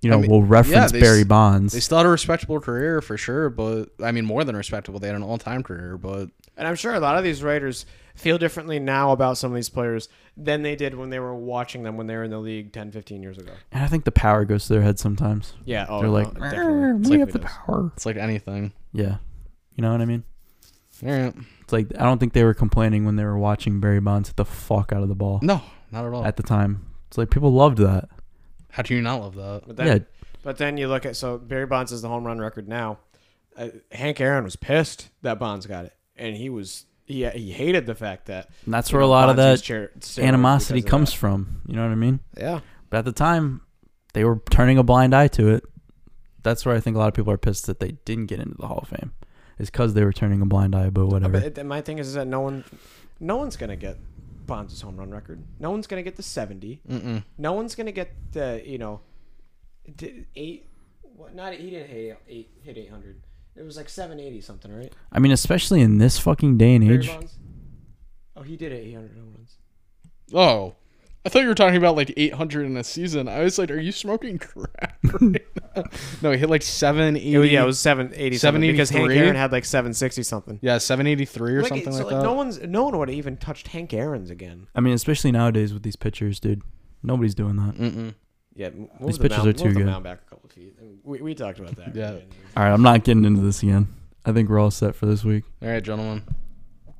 S2: you know,
S1: mean,
S2: will reference
S1: they s-
S2: Barry Bonds.
S1: They still had a respectable career for sure, but I mean more than respectable. They had an all-time career, but
S4: And I'm sure a lot of these writers feel differently now about some of these players than they did when they were watching them when they were in the league 10, 15 years ago.
S2: and I think the power goes to their head sometimes.
S4: Yeah. Oh,
S2: They're like,
S4: no,
S2: "Arr,
S4: definitely.
S2: we
S4: It's like
S2: have the
S4: does.
S2: power.
S1: it's like anything.
S2: Yeah. You know what I mean?
S1: All right.
S2: It's like I don't think they were complaining when they were watching Barry Bonds hit the fuck out of the ball
S1: No, not at all.
S2: at the time. It's like people loved that.
S1: How do you not love that?
S4: But then,
S2: yeah.
S4: but then you look at so Barry Bonds is the home run record now. Uh, Hank Aaron was pissed that Bonds got it, and he was he he hated the fact that
S2: And that's
S4: you
S2: where a
S4: know,
S2: lot of
S4: Bonds
S2: that
S4: used chair- steroids
S2: animosity
S4: because of
S2: comes from. You know what I mean?
S4: that. Yeah,
S2: But at the time, they were turning a blind eye to it. That's where I think a lot of people are pissed that they didn't get into the Hall of Fame. Is because they were turning a blind eye, but whatever.
S4: but it, my thing is, is that no one, no one's gonna get Bonds' home run record. No one's gonna get the 70 No one's gonna get the you know, the eight. What, not he didn't hit eight hit eight hundred. It was like seven eighty something, right?
S2: I mean, especially in this fucking day and
S4: Barry
S2: age.
S4: Bonds? Oh, he did hit eight hundred home runs.
S3: Oh, I thought you were talking about like 800 in a season. I was like, are you smoking crap? <laughs> Right now? no, he hit like 780.
S4: It was, Oh, yeah, it was seven eighty seven because Hank
S3: 783?
S4: Aaron had like seven sixty something.
S3: Yeah, 783 or
S4: Like,
S3: something
S4: so,
S3: like,
S4: like,
S3: that.
S4: No one's no one would have even touched Hank Aaron's again.
S2: I mean, especially nowadays with these pitchers, dude. Nobody's doing that.
S4: Yeah, m- move
S2: These
S4: the
S2: pitchers
S4: mound,
S2: are too
S4: move
S2: good.
S4: The mound back a couple feet. We, we talked about that.
S3: Yeah.
S4: already.
S2: All right, I'm not getting into this again. I think we're all set for this week.
S1: All right, gentlemen.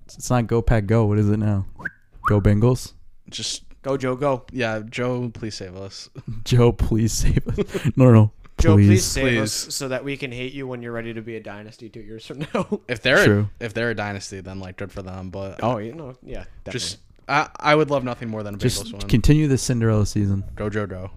S2: It's not go pack go. What is it now? Go Bengals. <laughs>
S1: Just
S4: Go Joe, go
S1: yeah, Joe, please save us.
S2: Joe, please save us. No, no, no.
S4: Joe. Please,
S2: Please.
S4: save us
S1: please.
S4: so that we can hate you when you're ready to be a dynasty two <laughs> years from now.
S1: If they're
S2: True.
S1: A, if they're a dynasty, then like good for them. But
S4: oh, you know, yeah, definitely.
S1: just I, I would love nothing more than a Bengals
S2: Just
S1: win.
S2: continue the Cinderella season.
S1: Go Joe Joe.